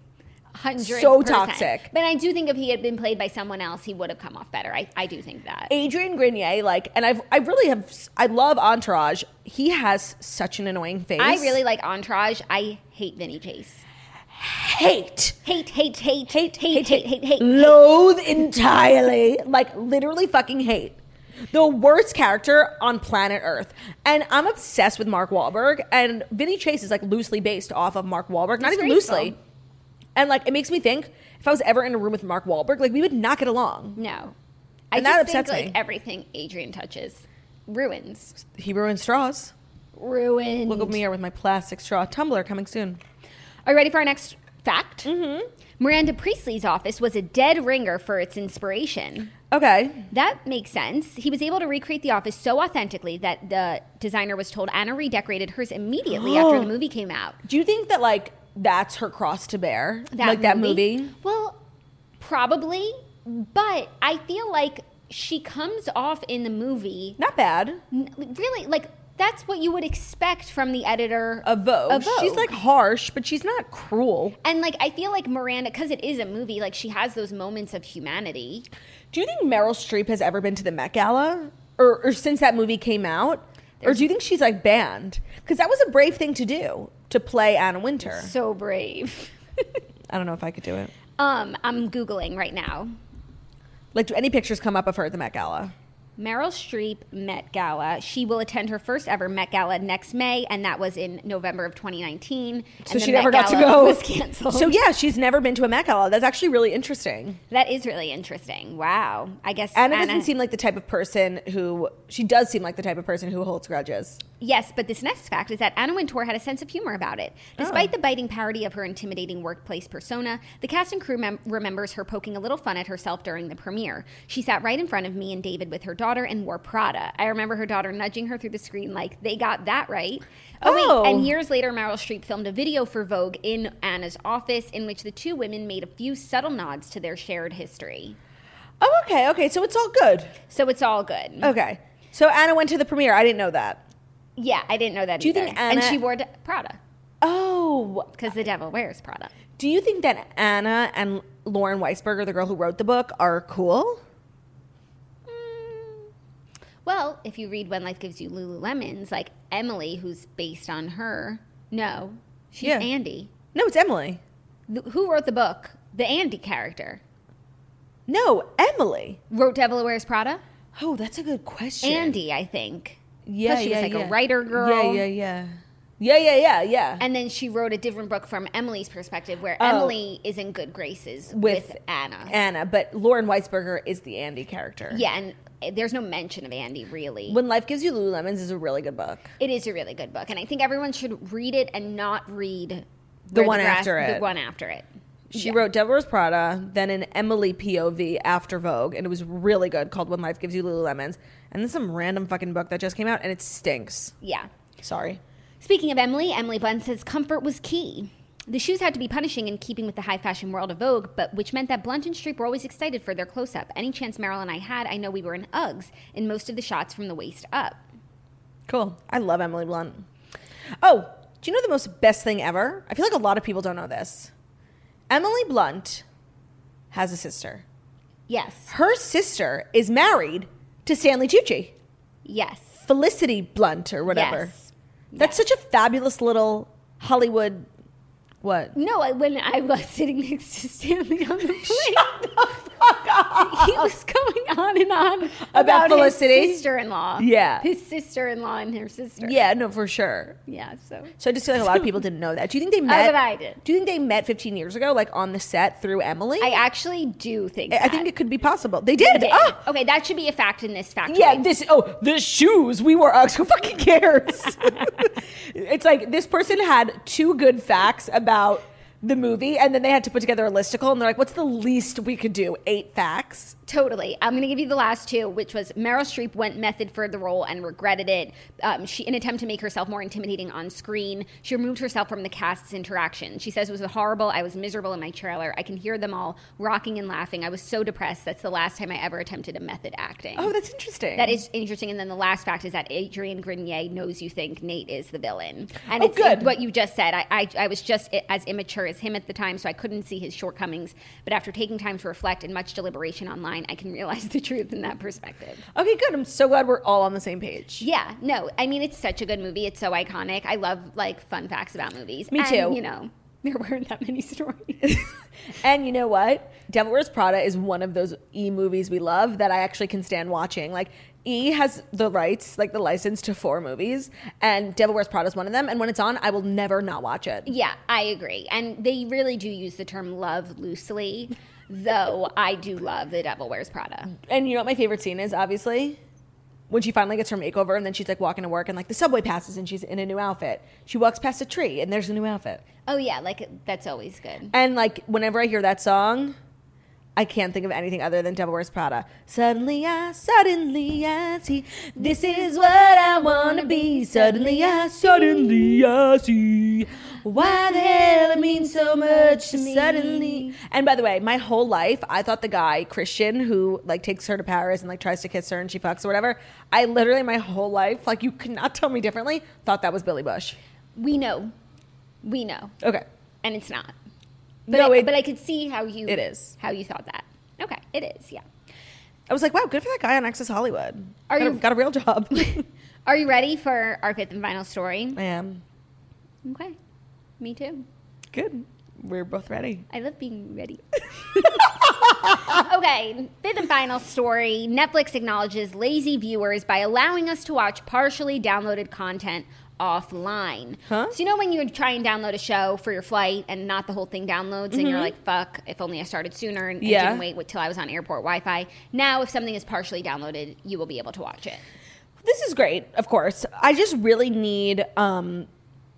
100%.
So toxic.
But I do think if he had been played by someone else, he would have come off better. I, I do think that.
Adrian Grenier, like, and I've, I really have, I love Entourage. He has such an annoying face.
I really like Entourage. I hate Vinny Chase.
hate,
Hate, hate, hate, hate, hate, hate, hate, hate.
Mm. loathe entirely, like, literally fucking hate. The worst character on planet Earth. And I'm obsessed with Mark Wahlberg, and Vinny Chase is like loosely based off of Mark Wahlberg, not even
Disgraceful.
loosely. And like, it makes me think if I was ever in a room with Mark Wahlberg, like, we would not get along.
No. I
And that
just think
upsets me.
like every everything Adrian touches ruins.
He ruined straws.
Ruins.
Look at me here with my plastic straw tumbler coming soon.
Are you ready for our next fact? Mm-hmm. Miranda Priestley's office was a dead ringer for its inspiration.
Okay.
That makes sense. He was able to recreate the office so authentically that the designer was told Anna redecorated hers immediately after the movie came out.
Do you think that like that's her cross to bear? like that movie?
Well, probably, but I feel like she comes off in the movie
Not bad.
n- really like that's what you would expect from the editor
A Vogue.
of Vogue.
She's like harsh, but she's not cruel.
and like I feel like Miranda because it is a movie like she has those moments of humanity.
Do you think Meryl Streep has ever been to the Met Gala or, or since that movie came out? or do you think she's like banned? Because that was a brave thing to do to play Anna Winter.
So brave.
I don't know if I could do it.
um, I'm googling right now.
Like, do any pictures come up of her at the Met Gala?
Meryl Streep Met Gala. She will attend her first ever Met Gala next May, and that was in November of 2019.
So
and the
she never
Met
got to
Gala
go.
Was canceled.
So yeah, she's never been to a Met Gala. That's actually really interesting.
that is really interesting. Wow. I guess
Anna, doesn't seem like the type of person who she does seem like the type of person who holds grudges.
Yes, but this next fact is that Anna Wintour had a sense of humor about it.
Oh.
Despite the biting parody of her intimidating workplace persona, the cast and crew mem- remembers her poking a little fun at herself during the premiere. She sat right in front of me and David with her daughter and wore Prada. I remember her daughter nudging her through the screen like, they got that right. Oh,
Oh.
wait. And years later, Meryl Streep filmed a video for Vogue in Anna's office in which the two women made a few subtle nods to their shared history.
Oh, okay, okay. So it's all good.
So it's all good.
Okay. So Anna went to the premiere. I didn't know that.
Yeah, I didn't know that
Do you
either.
think
and
Anna-
she wore d- Prada
Oh,
because the devil wears Prada.
do you think that Anna and Lauren Weisberger, the girl who wrote the book, are cool?
Well, if you read When Life Gives You Lululemons, like Emily, who's based on her, no, she's
Yeah.
Andy.
No, it's Emily.
Th- who wrote the book? The Andy character
No, Emily.
wrote Devil Wears Prada.
Oh, that's a good question.
Andy, I think.
Yeah,
she was
yeah,
like a
yeah.
writer girl.
Yeah, yeah, yeah. Yeah, yeah, yeah, yeah.
And then she wrote a different book from Emily's perspective, where
Oh.
Emily is in good graces with, Anna.
Anna, but Lauren Weisberger is the Andy character.
yeah, and uh, there's no mention of Andy really.
When Life Gives You Lululemons is a really good book.
It is a really good book, and I think everyone should read it and not read
The
Where
one after
The
it.
one after it.
She wrote Devil Wears Prada, then an Emily POV after Vogue, and it was really good called When Life Gives You Lululemons. And then some random fucking book that just came out, and it stinks.
Yeah.
Sorry.
Speaking of Emily, Emily Blunt says comfort was key. The shoes had to be punishing in keeping with the high fashion world of Vogue, but which meant that Blunt and Streep were always excited for their close up. Any chance Meryl and I had, I know we were in Uggs in most of the shots from the waist up.
Cool. I love Emily Blunt. Oh, do you know the most best thing ever? I feel like a lot of people don't know this. Emily Blunt has a sister.
Yes.
Her sister is married to Stanley Tucci,
Yes.
Felicity Blunt or whatever.
Yes.
That's such a fabulous little Hollywood. What?
No, I, when I was sitting next to Stanley on the plane, he was going on and on
About
about,
Felicity?
his sister-in-law.
Yeah.
his sister-in-law and her sister.
Yeah, no, for sure.
yeah. So
So I just feel like a lot of people didn't know that. Do you think they met?
but I did.
Do you think they met 15 years ago, like on the set through Emily?
I actually do think.
I- I
that.
think it could be possible. They did.
Did.
Ah!
Okay, that should be a fact in this fact.
Yeah, this oh, the shoes we wore Uggs. Who fucking cares? it's like this person had two good facts about the movie, and then they had to put together a listicle, and they're like, "What's the least we could do? Eight facts."
Totally. I'm going to give you the last two, which was Meryl Streep went method for the role and regretted it. Um, she, in an attempt to make herself more intimidating on screen, she removed herself from the cast's interaction. She says it was horrible. I was miserable in my trailer. I can hear them all rocking and laughing. I was so depressed. That's the last time I ever attempted a method acting.
Oh, that's interesting.
That is interesting. And then the last fact is that Adrian Grenier knows you think Nate is the villain. And
Oh,
it's
good.
what you just said. I, I, I was just i- as immature as him at the time, so I couldn't see his shortcomings. But after taking time to reflect and much deliberation online, I can realize the truth in that perspective.
okay. Good. I'm so glad we're all on the same page.
Yeah, no, I mean, it's such a good movie. It's so iconic. I love like fun facts about movies.
Me
And,
too.
you know, there weren't that many stories.
And you know what? Devil Wears Prada is one of those E movies we love that I actually can stand watching. Like E has the rights, like the license to four movies, and Devil Wears Prada is one of them. And when it's on, I will never not watch it.
Yeah, I agree. And they really do use the term love loosely, though I do love The Devil Wears Prada.
And you know what my favorite scene is, obviously? When she finally gets her makeover and then she's like walking to work and like the subway passes and she's in a new outfit. She walks past a tree and there's a new outfit.
Oh yeah, like that's always good.
And like whenever I hear that song, I can't think of anything other than Devil Wears Prada. Suddenly I, suddenly I see, this is what I wanna be. Suddenly I, suddenly I see, why the hell it means so much to me. Suddenly. And by the way, my whole life, I thought the guy Christian who like takes her to Paris and like tries to kiss her and she fucks or whatever. I literally my whole life, like you could not tell me differently, thought that was Billy Bush.
We know, we know,
Okay.
and it's not.
But
I-
no, it,
but I could see how you.
It is.
how you thought that. Okay, it is. Yeah.
I was like, wow, good for that guy on Access Hollywood.
Are
got, a,
you-
got a real job. I
Are you ready for our fifth and final story?
am.
Okay, me too.
Good. We're both ready.
I love being ready. Okay, fifth and final story. Netflix acknowledges lazy viewers by allowing us to watch partially downloaded content offline.
Huh?
So you know when you would try and download a show for your flight and not the whole thing downloads and you're like, fuck, if only I started sooner and, and
Mm-hmm. Yeah.
didn't wait till I was on airport Wi-Fi. Now if something is partially downloaded, you will be able to watch it.
this is great, of course. I just really need um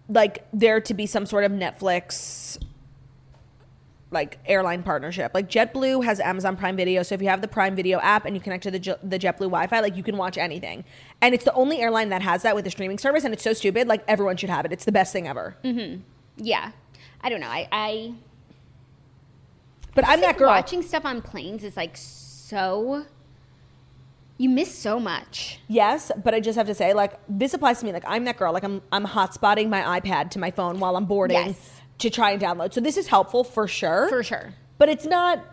like there to be some sort of Netflix like airline partnership. Like JetBlue has Amazon Prime Video, so if you have the Prime Video app and you connect to the J- the JetBlue Wi-Fi, like you can watch anything. And it's the only airline that has that with a streaming service and it's so stupid, like everyone should have it. It's the best thing ever.
Mm. Yeah. I don't know. I, I
But I'm that girl.
watching stuff on planes is like so you miss so much.
Yes, but I just have to say, like, this applies to me. Like, I'm that girl. Like, I'm I'm hotspotting my iPad to my phone while I'm boarding
Yes.
to try and download. So this is helpful for sure.
For sure.
But it's not.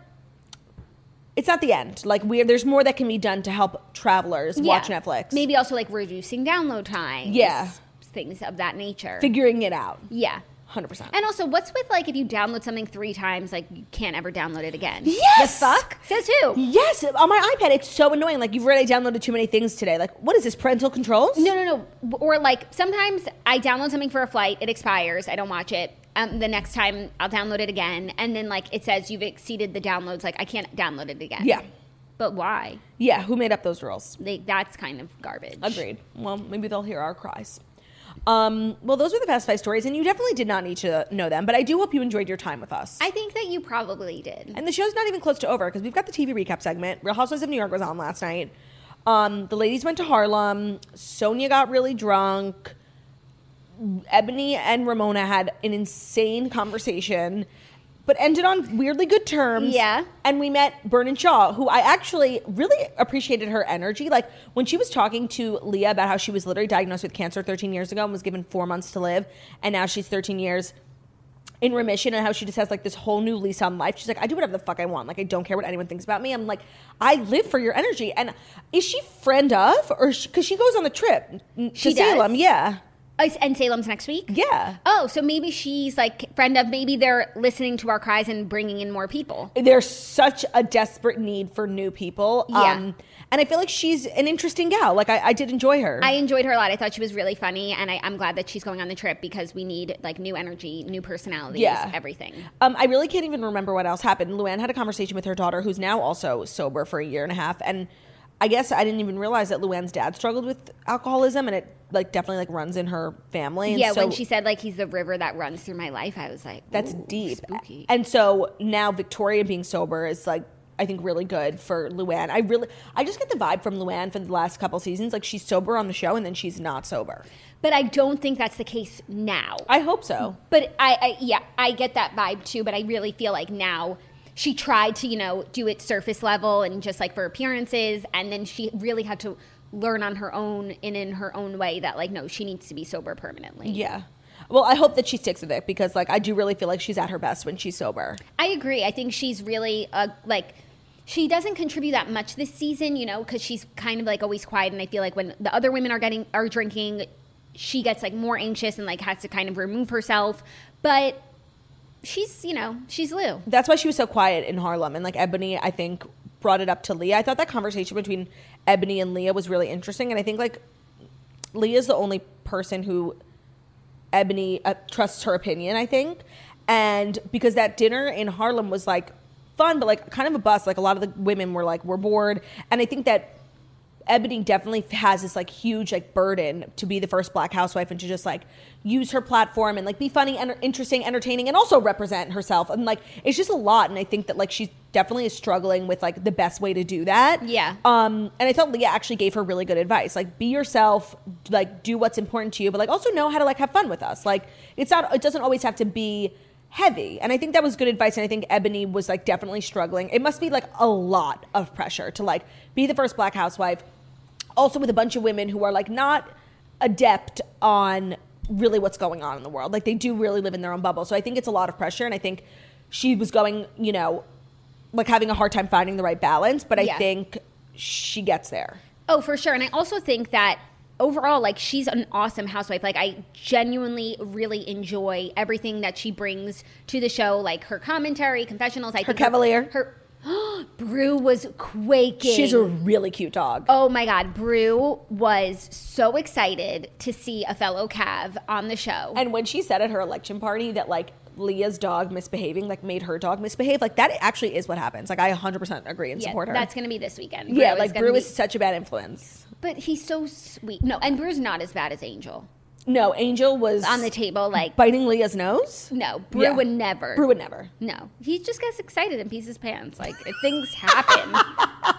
It's not the end. Like, we there's more that can be done to help travelers watch
Yeah.
Netflix.
Maybe also like reducing download time.
Yeah.
Things of that nature.
figuring it out.
yeah.
Hundred percent.
And also, what's with like if you download something three times, like you can't ever download it again?
Yes!
The fuck? Says who?
Yes, on my iPad, it's so annoying. Like, you've already downloaded too many things today. Like, what is this parental controls?
No, no, no. Or like sometimes I download something for a flight, it expires, I don't watch it. Um, the next time I'll download it again, and then like it says you've exceeded the downloads, like I can't download it again.
Yeah.
But why?
Yeah, who made up those rules?
Like that's kind of garbage.
Agreed. Well, maybe they'll hear our cries. Um, well, those were the past five stories, and you definitely did not need to know them, but I do hope you enjoyed your time with us.
I think that you probably did.
and the show's not even close to over because we've got the TV recap segment. Real Housewives of New York was on last night. Um, the ladies went to Harlem. Sonia got really drunk. Ebony and Ramona had an insane conversation, but ended on weirdly good terms.
Yeah.
And we met Vernon Shaw, who I actually really appreciated her energy. Like when she was talking to Leah about how she was literally diagnosed with cancer 13 years ago and was given four months to live, and now she's 13 years in remission, and how she just has like this whole new lease on life. She's like, I do whatever the fuck I want. Like I don't care what anyone thinks about me. I'm like, I live for your energy. And is she friend of or because she, goes on the trip n- to
She does.
Salem? Yeah,
Oh, and Salem's next week?
yeah.
Oh, so maybe she's like friend of maybe they're listening to our cries and bringing in more people.
there's such a desperate need for new people. Um,
Yeah.
and I feel like she's an interesting gal. Like I, I did enjoy her.
I enjoyed her a lot. I thought she was really funny, and I, I'm glad that she's going on the trip because we need like new energy, new personalities,
Yeah.
everything.
um, I really can't even remember what else happened. Luann had a conversation with her daughter, who's now also sober for a year and a half, and I guess I didn't even realize that Luann's dad struggled with alcoholism, and it like definitely like runs in her family. And
yeah,
so
when she said like he's the river that runs through my life, I was like,
that's
ooh,
deep.
spooky.
And so now Victoria being sober is like I think really good for Luann. I really I just get the vibe from Luann for the last couple seasons. Like she's sober on the show, and then she's not sober.
but I don't think that's the case now.
I hope so.
but I, I, yeah, I get that vibe too. But I really feel like now she tried to you know do it surface level and just like for appearances, and then she really had to learn on her own and in her own way that like no, she needs to be sober permanently.
Yeah. Well, I hope that she sticks with it because, like, I do really feel like she's at her best when she's sober.
I agree. I think she's really uh, like she doesn't contribute that much this season, you know, because she's kind of like always quiet. And I feel like when the other women are getting are drinking, she gets like more anxious and like has to kind of remove herself. But she's you know she's Lou.
That's why she was so quiet in Harlem. And, like, Ebony, I think, brought it up to Leah. I thought that conversation between Ebony and Leah was really interesting. And I think, like, Leah's the only person who Ebony uh, trusts her opinion, I think. And because that dinner in Harlem was, like, fun, but, like, kind of a bust. Like, a lot of the women were like, we're bored. And I think that Ebony definitely has this like huge like burden to be the first black housewife and to just like use her platform and like be funny and interesting, entertaining, and also represent herself. And like it's just a lot. And I think that like she definitely is struggling with like the best way to do that.
Yeah.
Um, and I thought Leah actually gave her really good advice. Like be yourself, like do what's important to you, but like also know how to like have fun with us. Like it's not it doesn't always have to be heavy. And I think that was good advice. And I think Ebony was like definitely struggling. It must be like a lot of pressure to like be the first black housewife also with a bunch of women who are like not adept on really what's going on in the world. Like they do really live in their own bubble. So I think it's a lot of pressure. And I think she was going, you know, like having a hard time finding the right balance. But I
Yeah.
think she gets there.
Oh, for sure. And I also think that overall, like, she's an awesome housewife. Like, I genuinely really enjoy everything that she brings to the show, like her commentary, confessionals. I her think
cavalier.
Her, Brew was quaking.
She's a really cute dog.
Oh my God, Brew was so excited to see a fellow Cav on the show.
And when she said at her election party that like Leah's dog misbehaving like made her dog misbehave, like that actually is what happens. Like I 100% agree and
Yeah,
support her.
That's going to be this weekend.
yeah, like
gonna
Brew
be-
is such a bad influence.
But he's so sweet. No, and Brew's not as bad as Angel.
No, Angel was
On the table, like,
biting Leah's nose.
no, Brew
Yeah.
would never.
Brew would never.
No, he just gets excited and pees his pants. Like it- things happen.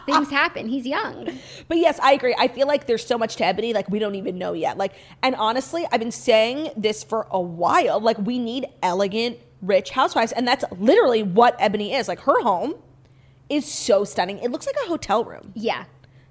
things happen. He's young.
But yes, I agree. I feel like there's so much to Ebony, like we don't even know yet. Like, and honestly, I've been saying this for a while. Like, we need elegant, rich housewives, and that's literally what Ebony is. Like, her home is so stunning. It looks like a hotel room.
Yeah.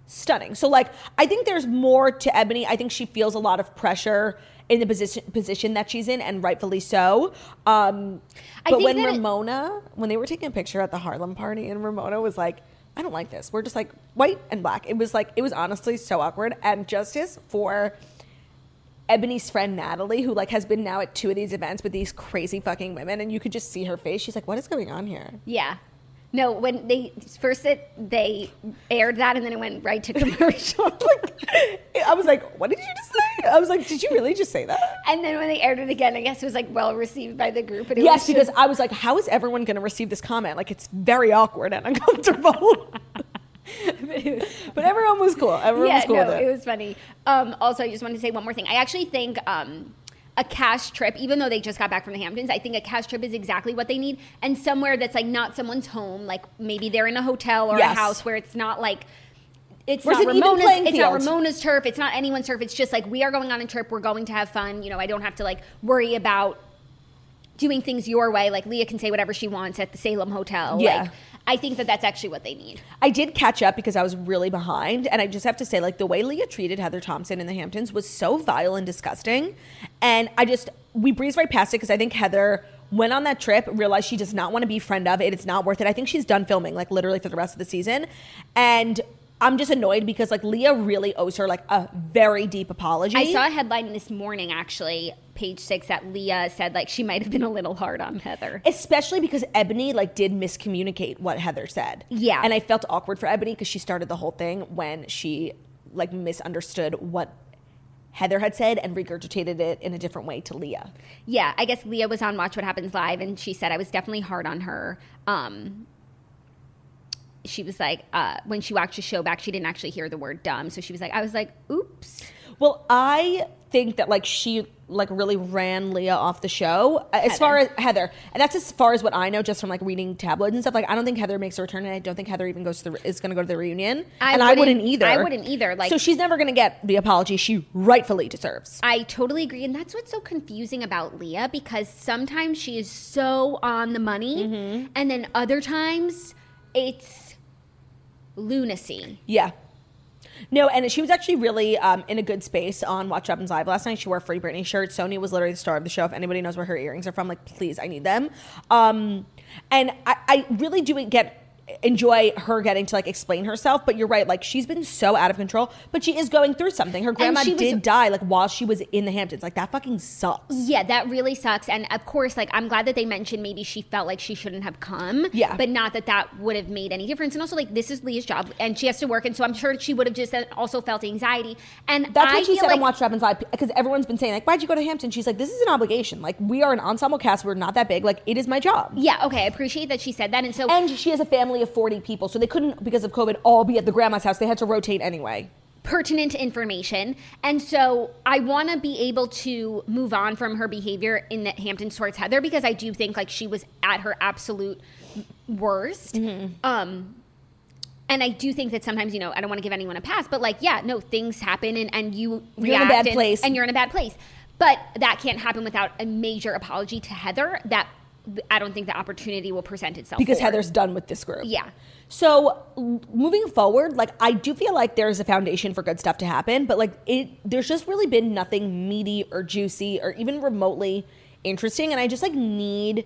Stunning. So, like, I think there's more to Ebony. I think she feels a lot of pressure in the position position that she's in, and rightfully so. Um,
I
but
think
when
that it-
Ramona, when they were taking a picture at the Harlem party, and Ramona was like, I don't like this. We're just like white and black. It was like, it was honestly so awkward. And justice for Ebony's friend Natalie, who like has been now at two of these events with these crazy fucking women, and you could just see her face. She's like, What is going on here?
Yeah. No, when they first it they aired that and then it went right to commercial.
like, I was like, What did you just say? I was like, Did you really just say that?
and then when they aired it again, I guess it was like well received by the group. But it
Yes,
was
because
just-
I was like, How is everyone going to receive this comment? Like, it's very awkward and uncomfortable. but everyone was cool. Everyone
yeah,
was cool
no,
with it.
it. was funny. Um, also, I just wanted to say one more thing. I actually think um, a cash trip, even though they just got back from the Hamptons, I think a cash trip is exactly what they need, and somewhere that's like not someone's home, like maybe they're in a hotel or
Yes.
a house where it's not like. It's
Where's
not,
an even
Ramona's,
playing
it's not
field?
Ramona's turf. It's not anyone's turf. It's just like we are going on a trip. We're going to have fun. You know, I don't have to like worry about doing things your way. Like Leah can say whatever she wants at the Salem Hotel.
Yeah.
Like, I think that that's actually what they need.
I did catch up because I was really behind, and I just have to say, like the way Leah treated Heather Thompson in the Hamptons was so vile and disgusting, and I just we breezed right past it because I think Heather went on that trip, realized she does not want to be friend of it. It's not worth it. I think she's done filming, like literally for the rest of the season, and. I'm just annoyed because like Leah really owes her like a very deep apology.
I saw a headline this morning, actually, page six, that Leah said like she might have been a little hard on Heather.
especially because Ebony like did miscommunicate what Heather said.
Yeah.
and I felt awkward for Ebony because she started the whole thing when she like misunderstood what Heather had said and regurgitated it in a different way to Leah.
yeah, I guess Leah was on Watch What Happens Live, and she said I was definitely hard on her. Um, she was like, uh, when she watched the show back, she didn't actually hear the word dumb, so she was like, I was like, oops.
Well, I think that like she like really ran Leah off the show uh, as far as Heather, and that's as far as what I know just from like reading tabloids and stuff. Like I don't think Heather makes a return, and I don't think Heather even goes to the, is going to go to the reunion,
I
and I
wouldn't-
wouldn't either.
I wouldn't either, like-
so she's never going to get the apology she rightfully deserves.
I totally agree. And that's what's so confusing about Leah because sometimes she is so on the money, and then other times it's lunacy.
Yeah. No, and she was actually really um, in a good space on Watch Happens Live last night. She wore a Free Britney shirt. Sonya was literally the star of the show. If anybody knows where her earrings are from, like, please, I need them. Um, and I, I really do get enjoy her getting to like explain herself. But you're right, like she's been so out of control. But she is going through something. Her grandma
she was-
did die like while she was in the Hamptons. Like that fucking sucks.
Yeah, that really sucks. And of course, like I'm glad that they mentioned maybe she felt like she shouldn't have come.
Yeah.
But not that that would have made any difference. And also, like this is Leah's job, and she has to work, and so I'm sure she would have just then also felt anxiety. And
That's
I
what she
feel
said
like,
on Watch What Happens Live because everyone's been saying like, "Why'd you go to Hampton?" She's like, "This is an obligation. Like, we are an ensemble cast. We're not that big. Like, it is my job."
Yeah. Okay. I appreciate that she said that. And so
And she has a family of 40 people, so they couldn't, because of COVID, all be at the grandma's house. They had to rotate anyway.
pertinent information. And so I want to be able to move on from her behavior in the Hamptons towards Heather because I do think like she was at her absolute worst.
Mm-hmm.
Um, and I do think that sometimes, you know, I don't want to give anyone a pass, but like, yeah, no, things happen and, and you react
You're in a bad
and-
place.
and you're in a bad place. But that can't happen without a major apology to Heather that I don't think the opportunity will present itself.
Because
for.
Heather's done with this group.
Yeah.
So l- moving forward, like I do feel like there's a foundation for good stuff to happen, but like it, there's just really been nothing meaty or juicy or even remotely interesting. And I just like need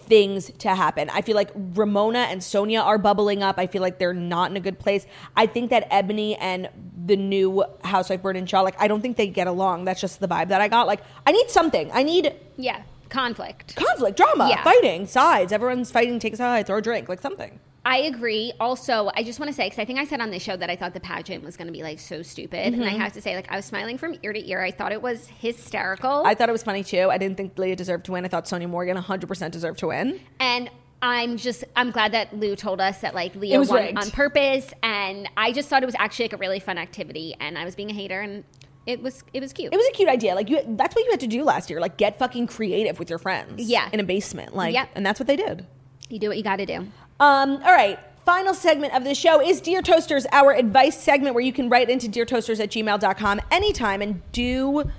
things to happen. I feel like Ramona and Sonia are bubbling up. I feel like they're not in a good place. I think that Ebony and the new housewife Vernon Shaw, like I don't think they get along. That's just the vibe that I got. Like I need something. I need
Yeah. Conflict.
conflict, drama,
Yeah.
fighting, sides. Everyone's fighting, take sides or drink, like something.
I agree. Also, I just want to say because I think I said on this show that I thought the pageant was going to be like so stupid, and I
Mm-hmm.
have to say, like, I was smiling from ear to ear. I thought it was hysterical.
I thought it was funny too. I didn't think Leah deserved to win. I thought Sonia Morgan 100% deserved to win.
And I'm just I'm glad that Lou told us that like Leo
It was
won
rigged.
on purpose, and I just thought it was actually like a really fun activity, and I was being a hater, and it was it was cute.
It was a cute idea. Like you, that's what you had to do last year. Like get fucking creative with your friends.
Yeah.
In a basement. Like,
Yep.
and that's what they did.
you do what you got to do.
Um, all right. Final segment of the show is Dear Toasters, our advice segment where you can write into deartoasters at gmail.com anytime and do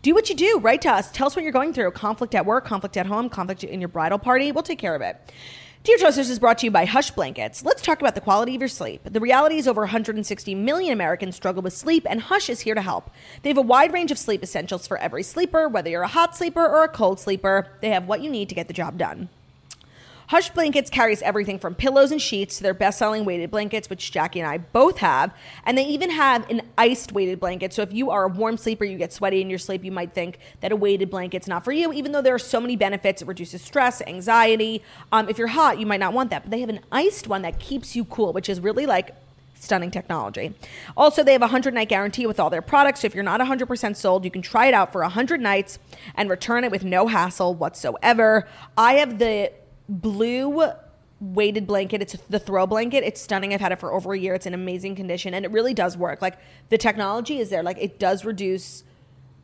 do what you do. Write to us. Tell us what you're going through. Conflict at work, conflict at home, conflict in your bridal party. We'll take care of it. Dear Toasters is brought to you by Hush Blankets. Let's talk about the quality of your sleep. The reality is over 160 million Americans struggle with sleep, and Hush is here to help. They have a wide range of sleep essentials for every sleeper, whether you're a hot sleeper or a cold sleeper. They have what you need to get the job done. Hush Blankets carries everything from pillows and sheets to their best selling weighted blankets, which Jackie and I both have. And they even have an iced weighted blanket. So if you are a warm sleeper, you get sweaty in your sleep, you might think that a weighted blanket's not for you, even though there are so many benefits. It reduces stress, anxiety. Um, if you're hot, you might not want that. But they have an iced one that keeps you cool, which is really like stunning technology. Also, they have a 100 night guarantee with all their products. So if you're not 100% sold, you can try it out for 100 nights and return it with no hassle whatsoever. I have the blue weighted blanket. It's the throw blanket. It's stunning. I've had it for over a year. It's in amazing condition and it really does work. Like the technology is there. Like it does reduce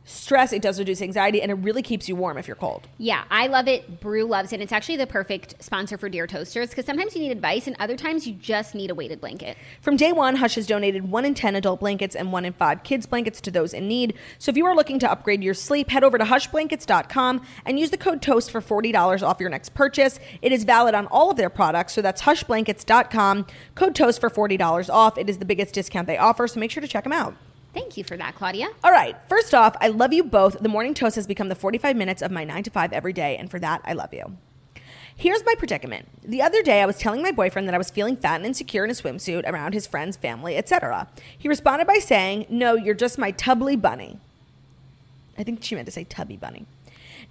stress, it does reduce anxiety, and it really keeps you warm if you're cold.
Yeah, I love it. Brew loves it. It's actually the perfect sponsor for Dear Toasters because sometimes you need advice, and other times you just need a weighted blanket.
From day one, Hush has donated one in 10 adult blankets and one in five kids' blankets to those in need. So if you are looking to upgrade your sleep, head over to hushblankets.com and use the code TOAST for $40 off your next purchase. It is valid on all of their products, so that's hushblankets.com, code TOAST for $40 off. It is the biggest discount they offer, so make sure to check them out.
Thank you for that, Claudia.
All right, first off, I love you both. The morning toast has become the 45 minutes of my 9 to 5 every day, and for that, I love you. Here's my predicament. The other day, I was telling my boyfriend that I was feeling fat and insecure in a swimsuit around his friends, family, etc. He responded by saying, No, you're just my tubbly bunny. I think she meant to say tubby bunny.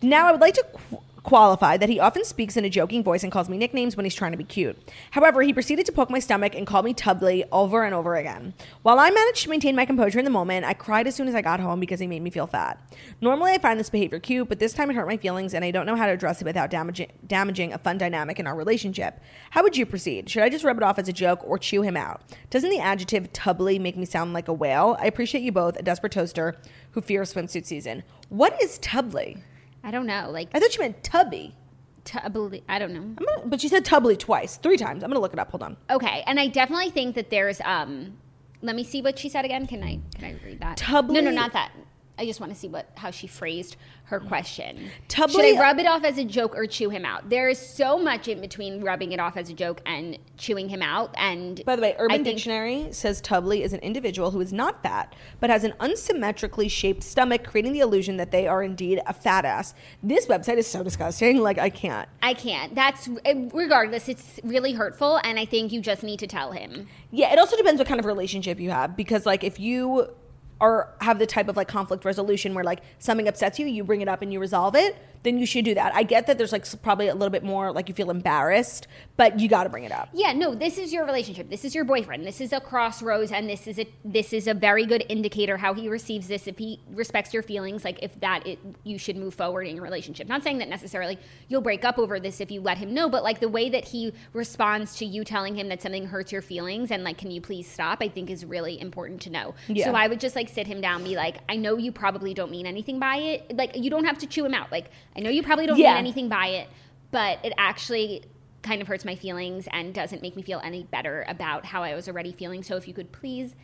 Now, I would like to qu- qualify that he often speaks in a joking voice and calls me nicknames when he's trying to be cute. However, he proceeded to poke my stomach and call me tubbly over and over again. While I managed to maintain my composure in the moment, I cried as soon as I got home because he made me feel fat. Normally, I find this behavior cute, but this time it hurt my feelings and I don't know how to address it without damaging, damaging a fun dynamic in our relationship. How would you proceed? Should I just rub it off as a joke or chew him out? Doesn't the adjective tubbly make me sound like a whale? I appreciate you both, a desperate toaster who fears swimsuit season. What is tubbly?
I don't know, like,
I thought you meant tubby.
tubbly- I don't know.
I'm gonna, but she said tubbly twice, three times. I'm gonna look it up. Hold on.
Okay, and I definitely think that there's. um Let me see what she said again. Can I? Can I read that?
Tubbly-
No, no, not that. I just want to see what how she phrased her question.
Tubbly-
Should I rub it off as a joke or chew him out? There is so much in between rubbing it off as a joke and chewing him out. And
By the way,
I
Urban
think-
Dictionary says tubbly is an individual who is not fat, but has an unsymmetrically shaped stomach, creating the illusion that they are indeed a fat ass. This website is so disgusting. Like, I can't.
I can't. That's regardless. It's really hurtful, and I think you just need to tell him.
Yeah, it also depends what kind of relationship you have because like if you are have the type of like conflict resolution where like something upsets you, you bring it up and you resolve it, then you should do that. I get that there's like s- probably a little bit more like you feel embarrassed, but you got to bring it up.
Yeah, no, this is your relationship. This is your boyfriend. This is a crossroads and this is a this is a very good indicator how he receives this if he respects your feelings like if that it, you should move forward in your relationship. Not saying that necessarily you'll break up over this if you let him know, but like the way that he responds to you telling him that something hurts your feelings and like can you please stop, I think is really important to know.
Yeah.
So I would just like sit him down and be like, "I know you probably don't mean anything by it. Like you don't have to chew him out. Like I know you probably don't
Yeah.
mean anything by it, but it actually kind of hurts my feelings and doesn't make me feel any better about how I was already feeling. So if you could please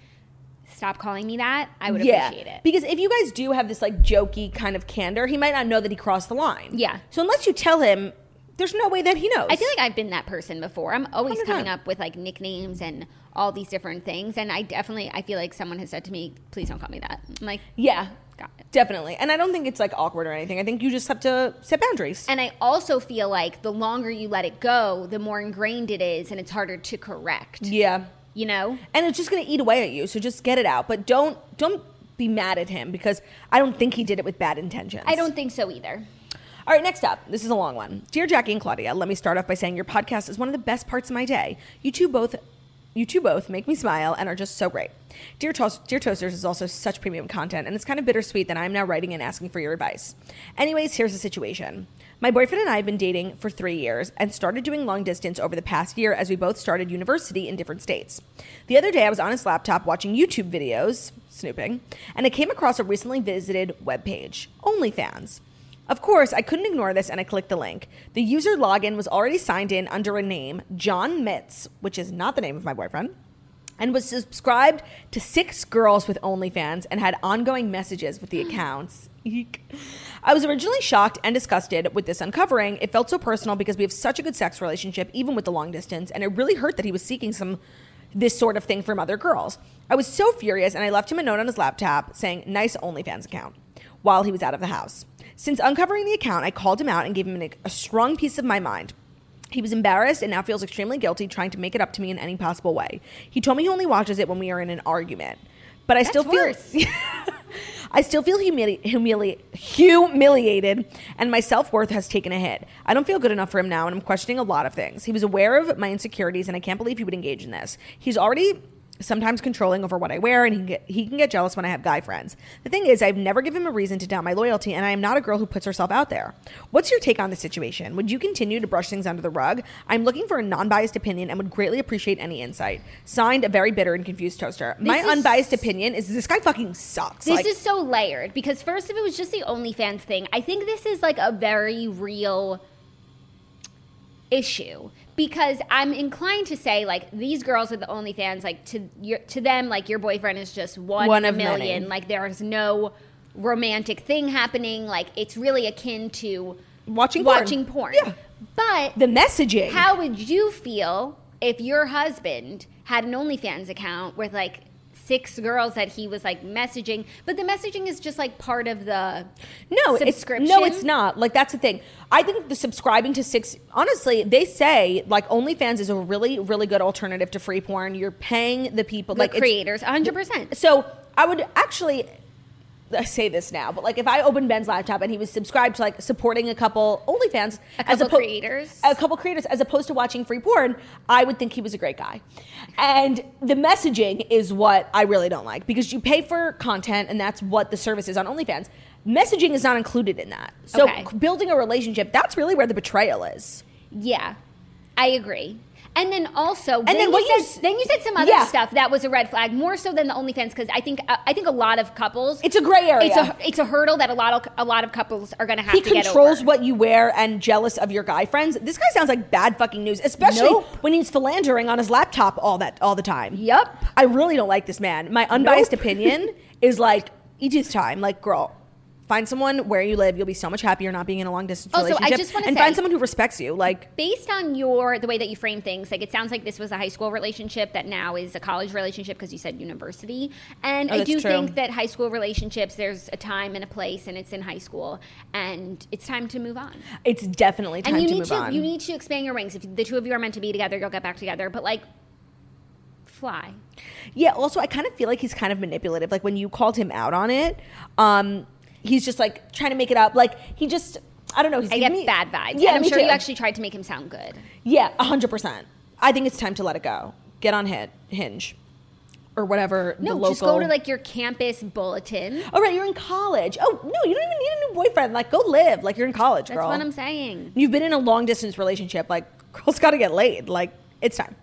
stop calling me that, I would appreciate it.
Because if you guys do have this like jokey kind of candor, he might not know that he crossed the line.
Yeah.
So unless you tell him, there's no way that he knows.
I feel like I've been that person before. I'm always
100%.
coming up with like nicknames and all these different things, and I definitely I feel like someone has said to me, "Please don't call me that." I'm like,
yeah,
got it.
definitely. And I don't think it's like awkward or anything. I think you just have to set boundaries.
And I also feel like the longer you let it go, the more ingrained it is, and it's harder to correct.
yeah.
You know?
and it's just going to eat away at you so just get it out but don't don't be mad at him because i don't think he did it with bad intentions
I don't think so either.
all All right, next up. This is a long one. Dear Jackie and Claudia, let me start off by saying your podcast is one of the best parts of my day. You two both you two both make me smile and are just so great. Dear, Toast- Dear Toasters is also such premium content, and it's kind of bittersweet that I'm now writing and asking for your advice. Anyways, here's the situation. My boyfriend and I have been dating for three years and started doing long distance over the past year as we both started university in different states. The other day, I was on his laptop watching YouTube videos, snooping, and I came across a recently visited webpage, OnlyFans. Of course, I couldn't ignore this and I clicked the link. The user login was already signed in under a name, John Mitz, which is not the name of my boyfriend, and was subscribed to six girls with OnlyFans and had ongoing messages with the accounts. Eek. I was originally shocked and disgusted with this uncovering. It felt so personal because we have such a good sex relationship, even with the long distance, and it really hurt that he was seeking some this sort of thing from other girls. I was so furious and I left him a note on his laptop saying, nice OnlyFans account, while he was out of the house. Since uncovering the account, I called him out and gave him an, a strong piece of my mind. He was embarrassed and now feels extremely guilty trying to make it up to me in any possible way. He told me he only watches it when we are in an argument. But I still feel
worse.
I still feel humili- humili- humiliated, and my self worth has taken a hit. I don't feel good enough for him now, and I'm questioning a lot of things. He was aware of my insecurities, and I can't believe he would engage in this. He's already sometimes controlling over what I wear, and he can get, he can get jealous when I have guy friends. The thing is, I've never given him a reason to doubt my loyalty, and I am not a girl who puts herself out there. What's your take on the situation? Would you continue to brush things under the rug? I'm looking for a non biased opinion and would greatly appreciate any insight. Signed, a very bitter and confused toaster. my
is-
unbiased opinion is this guy fucking sucks.
This
Like-
is so layered because first, if it was just the OnlyFans thing, I think this is like a very real issue because I'm inclined to say like these girls with the OnlyFans, like to your, to them, like your boyfriend is just one,
One
one
of
million.
many.
Like there is no romantic thing happening. Like it's really akin to
Watching porn.
watching porn.
Yeah.
But
the messaging.
How would you feel if your husband had an OnlyFans account with like six girls that he was like messaging? But the messaging is just like part of the
no,
subscription.
It's, no, it's not. Like that's the thing. I think the subscribing to six. Honestly, they say like OnlyFans is a really, really good alternative to free porn. You're paying the people,
The
like it's-
creators, 100%.
So I would actually I say this now, but like if I opened Ben's laptop and he was subscribed to like supporting a couple OnlyFans,
A
as
couple
oppo-
creators.
a couple creators, as opposed to watching free porn, I would think he was a great guy. And the messaging is what I really don't like because you pay for content and that's what the service is on OnlyFans. Messaging is not included in that. So
Okay.
c- building a relationship, that's really where the betrayal is.
Yeah, I agree. And then also, and
then
then,
what
you
you
said,
s-
then you said some other
Yeah.
stuff that was a red flag, more so than the OnlyFans, because I think uh, I think a lot of couples,
It's a gray area.
it's a it's a hurdle that a lot of a lot of couples are going to have
he
to get
controls
over.
what you wear and jealous of your guy friends. This guy sounds like bad fucking news, especially
Nope.
when he's philandering on his laptop all that all the time.
Yup.
I really don't like this man. My unbiased
Nope.
opinion is like each his time. Like, girl, find someone where you live. You'll be so much happier not being in a long distance
Also, I
relationship.
just wanna
and
say-
find someone who respects you. Like,
based on your the way that you frame things like it sounds like this was a high school relationship that now is a college relationship because you said university and
Oh,
i
that's
do
true.
think that high school relationships there's a time and a place and it's in high school and it's time to move on
it's definitely time
and you
to
need
move
to
on.
you need to expand your wings if the two of you are meant to be together you'll get back together but like fly
yeah. Also, I kind of feel like he's kind of manipulative. Like when you called him out on it, um, he's just like trying to make it up. Like he just. I don't know. He's
i get
giving me-
bad vibes
Yeah,
and i'm
me
sure
too.
you actually tried to make him sound good
Yeah, hundred percent. I think it's time to let it go. Get on hit hinge, or whatever.
no
the local.
just go to like your campus bulletin
Oh right, you're in college. Oh no, you don't even need a new boyfriend. Like go live. Like you're in college,
that's
girl.
what i'm saying
You've been in a long distance relationship. Like girls got to get laid. Like it's time.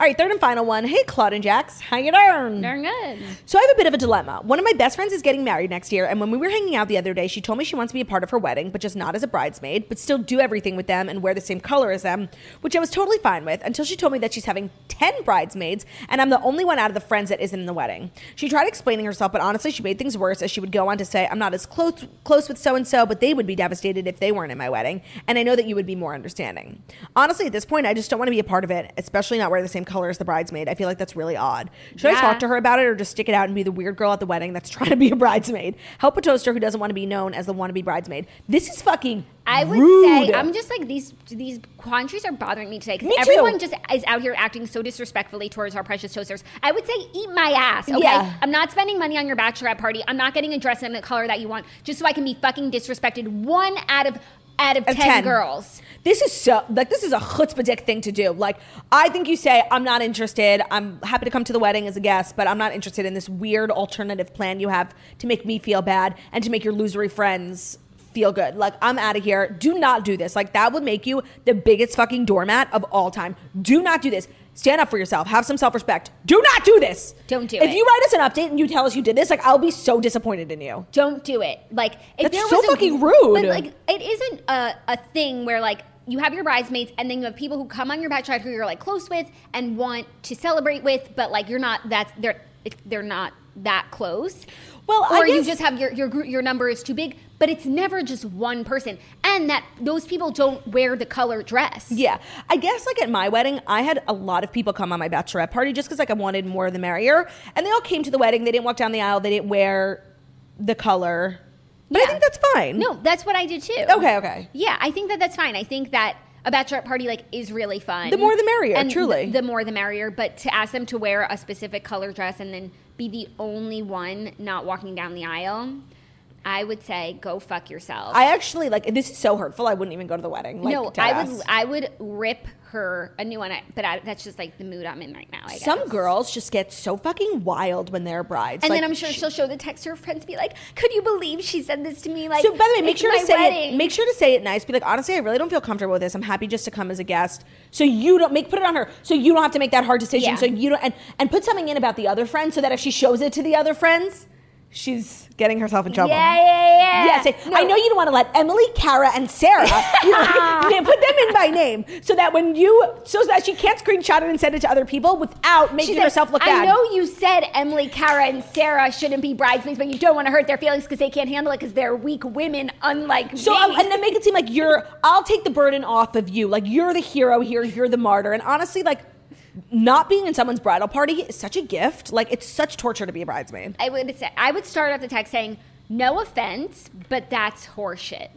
All right, third and final one. Hey, Claude and Jax, how you doing?
darn good
So I have a bit of a dilemma. One of my best friends is getting married next year, and when we were hanging out the other day, she told me she wants to be a part of her wedding, but just not as a bridesmaid, but still do everything with them and wear the same color as them, which I was totally fine with until she told me that she's having 10 bridesmaids, and I'm the only one out of the friends that isn't in the wedding. She tried explaining herself, but honestly, she made things worse as she would go on to say, I'm not as close, close with so and so, but they would be devastated if they weren't in my wedding, and I know that you would be more understanding. Honestly, at this point, I just don't want to be a part of it, especially not wear the same color as the bridesmaid. I feel like that's really odd. Should I
Yeah.
talk to her? her about it or just stick it out and be the weird girl at the wedding that's trying to be a bridesmaid. Help a toaster who doesn't want to be known as the wannabe bridesmaid. This is fucking
I would
rude.
say I'm just like these these quandaries are bothering me today
Me
because
too.
everyone just is out here acting so disrespectfully towards our precious toasters. I would say eat my ass. Okay,
Yeah.
I'm not spending money on your bachelorette party. I'm not getting a dress in the color that you want just so I can be fucking disrespected. One out of out of
Of
10, girls.
This is so like this is a chutzpah dick thing to do. Like I think you say I'm not interested. I'm happy to come to the wedding as a guest, but I'm not interested in this weird alternative plan you have to make me feel bad and to make your losery friends feel good. Like I'm out of here. Do not do this. Like that would make you the biggest fucking doormat of all time. Do not do this. Stand up for yourself. Have some self-respect. Do not do this.
Don't do
if
it.
you write us an update and you tell us you did this, like I'll be so disappointed in you.
Don't do it. Like if
That's
there
so
was a-
fucking rude.
But like it isn't a, a thing where like you have your bridesmaids and then you have people who come on your bachelorette who you're like close with and want to celebrate with, but like you're not that's they're it- they're not that close.
Well,
or
I
you
guess-
just have your your gr- your number is too big, but it's never just one person, and that those people don't wear the color dress.
Yeah. I guess like at my wedding, I had a lot of people come on my bachelorette party just because like I wanted more the merrier. And they all came to the wedding. They didn't walk down the aisle. They didn't wear the color. But I
Yeah.
think that's fine.
No, that's what I did too.
Okay, okay.
Yeah, I think that that's fine. I think that a bachelorette party like is really fun.
The more the merrier,
And
truly.
th- The, more the merrier. But to ask them to wear a specific color dress and then be the only one not walking down the aisle, I would say go fuck yourself.
I actually like this is so hurtful. I wouldn't even go to the wedding. Like,
no,
dead
I would
ass.
I would rip her a new one. I, but I, that's just like the mood I'm in right now. I guess.
Some girls just get so fucking wild when they're brides.
And
Like,
then I'm sure she'll show the text to her friends, be like, "Could you believe she said this to me?" Like,
so by the way, make
it's
sure
my
to say it.
wedding."
Make sure to say it nice. Be like, honestly, I really don't feel comfortable with this. I'm happy just to come as a guest. So you don't make put it on her. So you don't have to make that hard decision.
Yeah.
So you don't and and put something in about the other friend so that if she shows it to the other friends, she's getting herself in trouble.
Yeah, yeah, yeah.
Yeah, say, I know you don't want to let Emily, Kara, and Sarah. you know, you put them in by name so that when you so that she can't screenshot it and send it to other people without making
She said,
herself look
I
bad.
know you said Emily, Kara, and Sarah shouldn't be bridesmaids, but you don't want to hurt their feelings because they can't handle it because they're weak women, unlike
So
me.
um, and then make it seem like you're. I'll take the burden off of you. Like you're the hero here. You're the martyr. And honestly, like not being in someone's bridal party is such a gift. Like it's such torture to be a bridesmaid.
I would say I would start off the text saying, "No offense, but that's horseshit."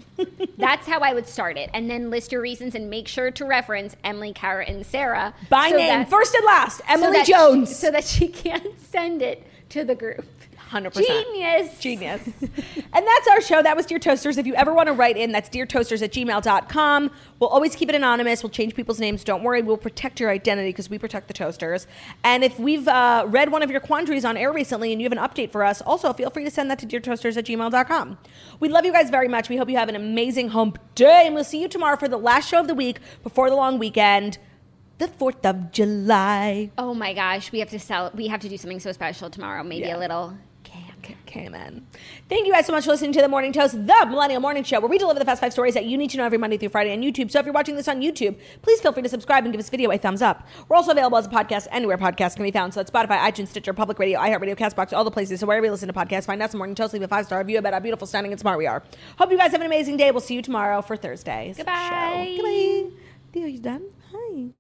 that's how I would start it, and then list your reasons and make sure to reference Emily, Kara, and Sarah
By
so
name,
that-
first and last,
so
Emily
that she-
Jones.
so that she can't send it to the group.
100%.
Genius.
Genius. and that's our show. That was Dear Toasters. If you ever want to write in, that's deartoasters at gmail.com. We'll always keep it anonymous. We'll change people's names. Don't worry. We'll protect your identity because we protect the toasters. And if we've uh, read one of your quandaries on air recently and you have an update for us, also feel free to send that to deartoasters at gmail.com. We love you guys very much. We hope you have an amazing home day. And we'll see you tomorrow for the last show of the week before the long weekend, the 4th of July.
Oh my gosh, we have to sell. We have to do something so special tomorrow. Maybe
Yeah.
a little camp.
Came in. Thank you guys so much for listening to the Morning Toast, the Millennial Morning Show, where we deliver the fast five stories that you need to know every Monday through Friday on YouTube. So if you're watching this on YouTube, please feel free to subscribe and give this video a thumbs up. We're also available as a podcast anywhere podcasts can be found. So that's Spotify, iTunes, Stitcher, Public Radio, iHeartRadio, Castbox, all the places. So wherever you listen to podcasts, find us the Morning Toast, leave a five star review about how beautiful, stunning, and smart we are. Hope you guys have an amazing day. We'll see you tomorrow for Thursday's
Goodbye.
show. Goodbye. Theo, you done? Hi.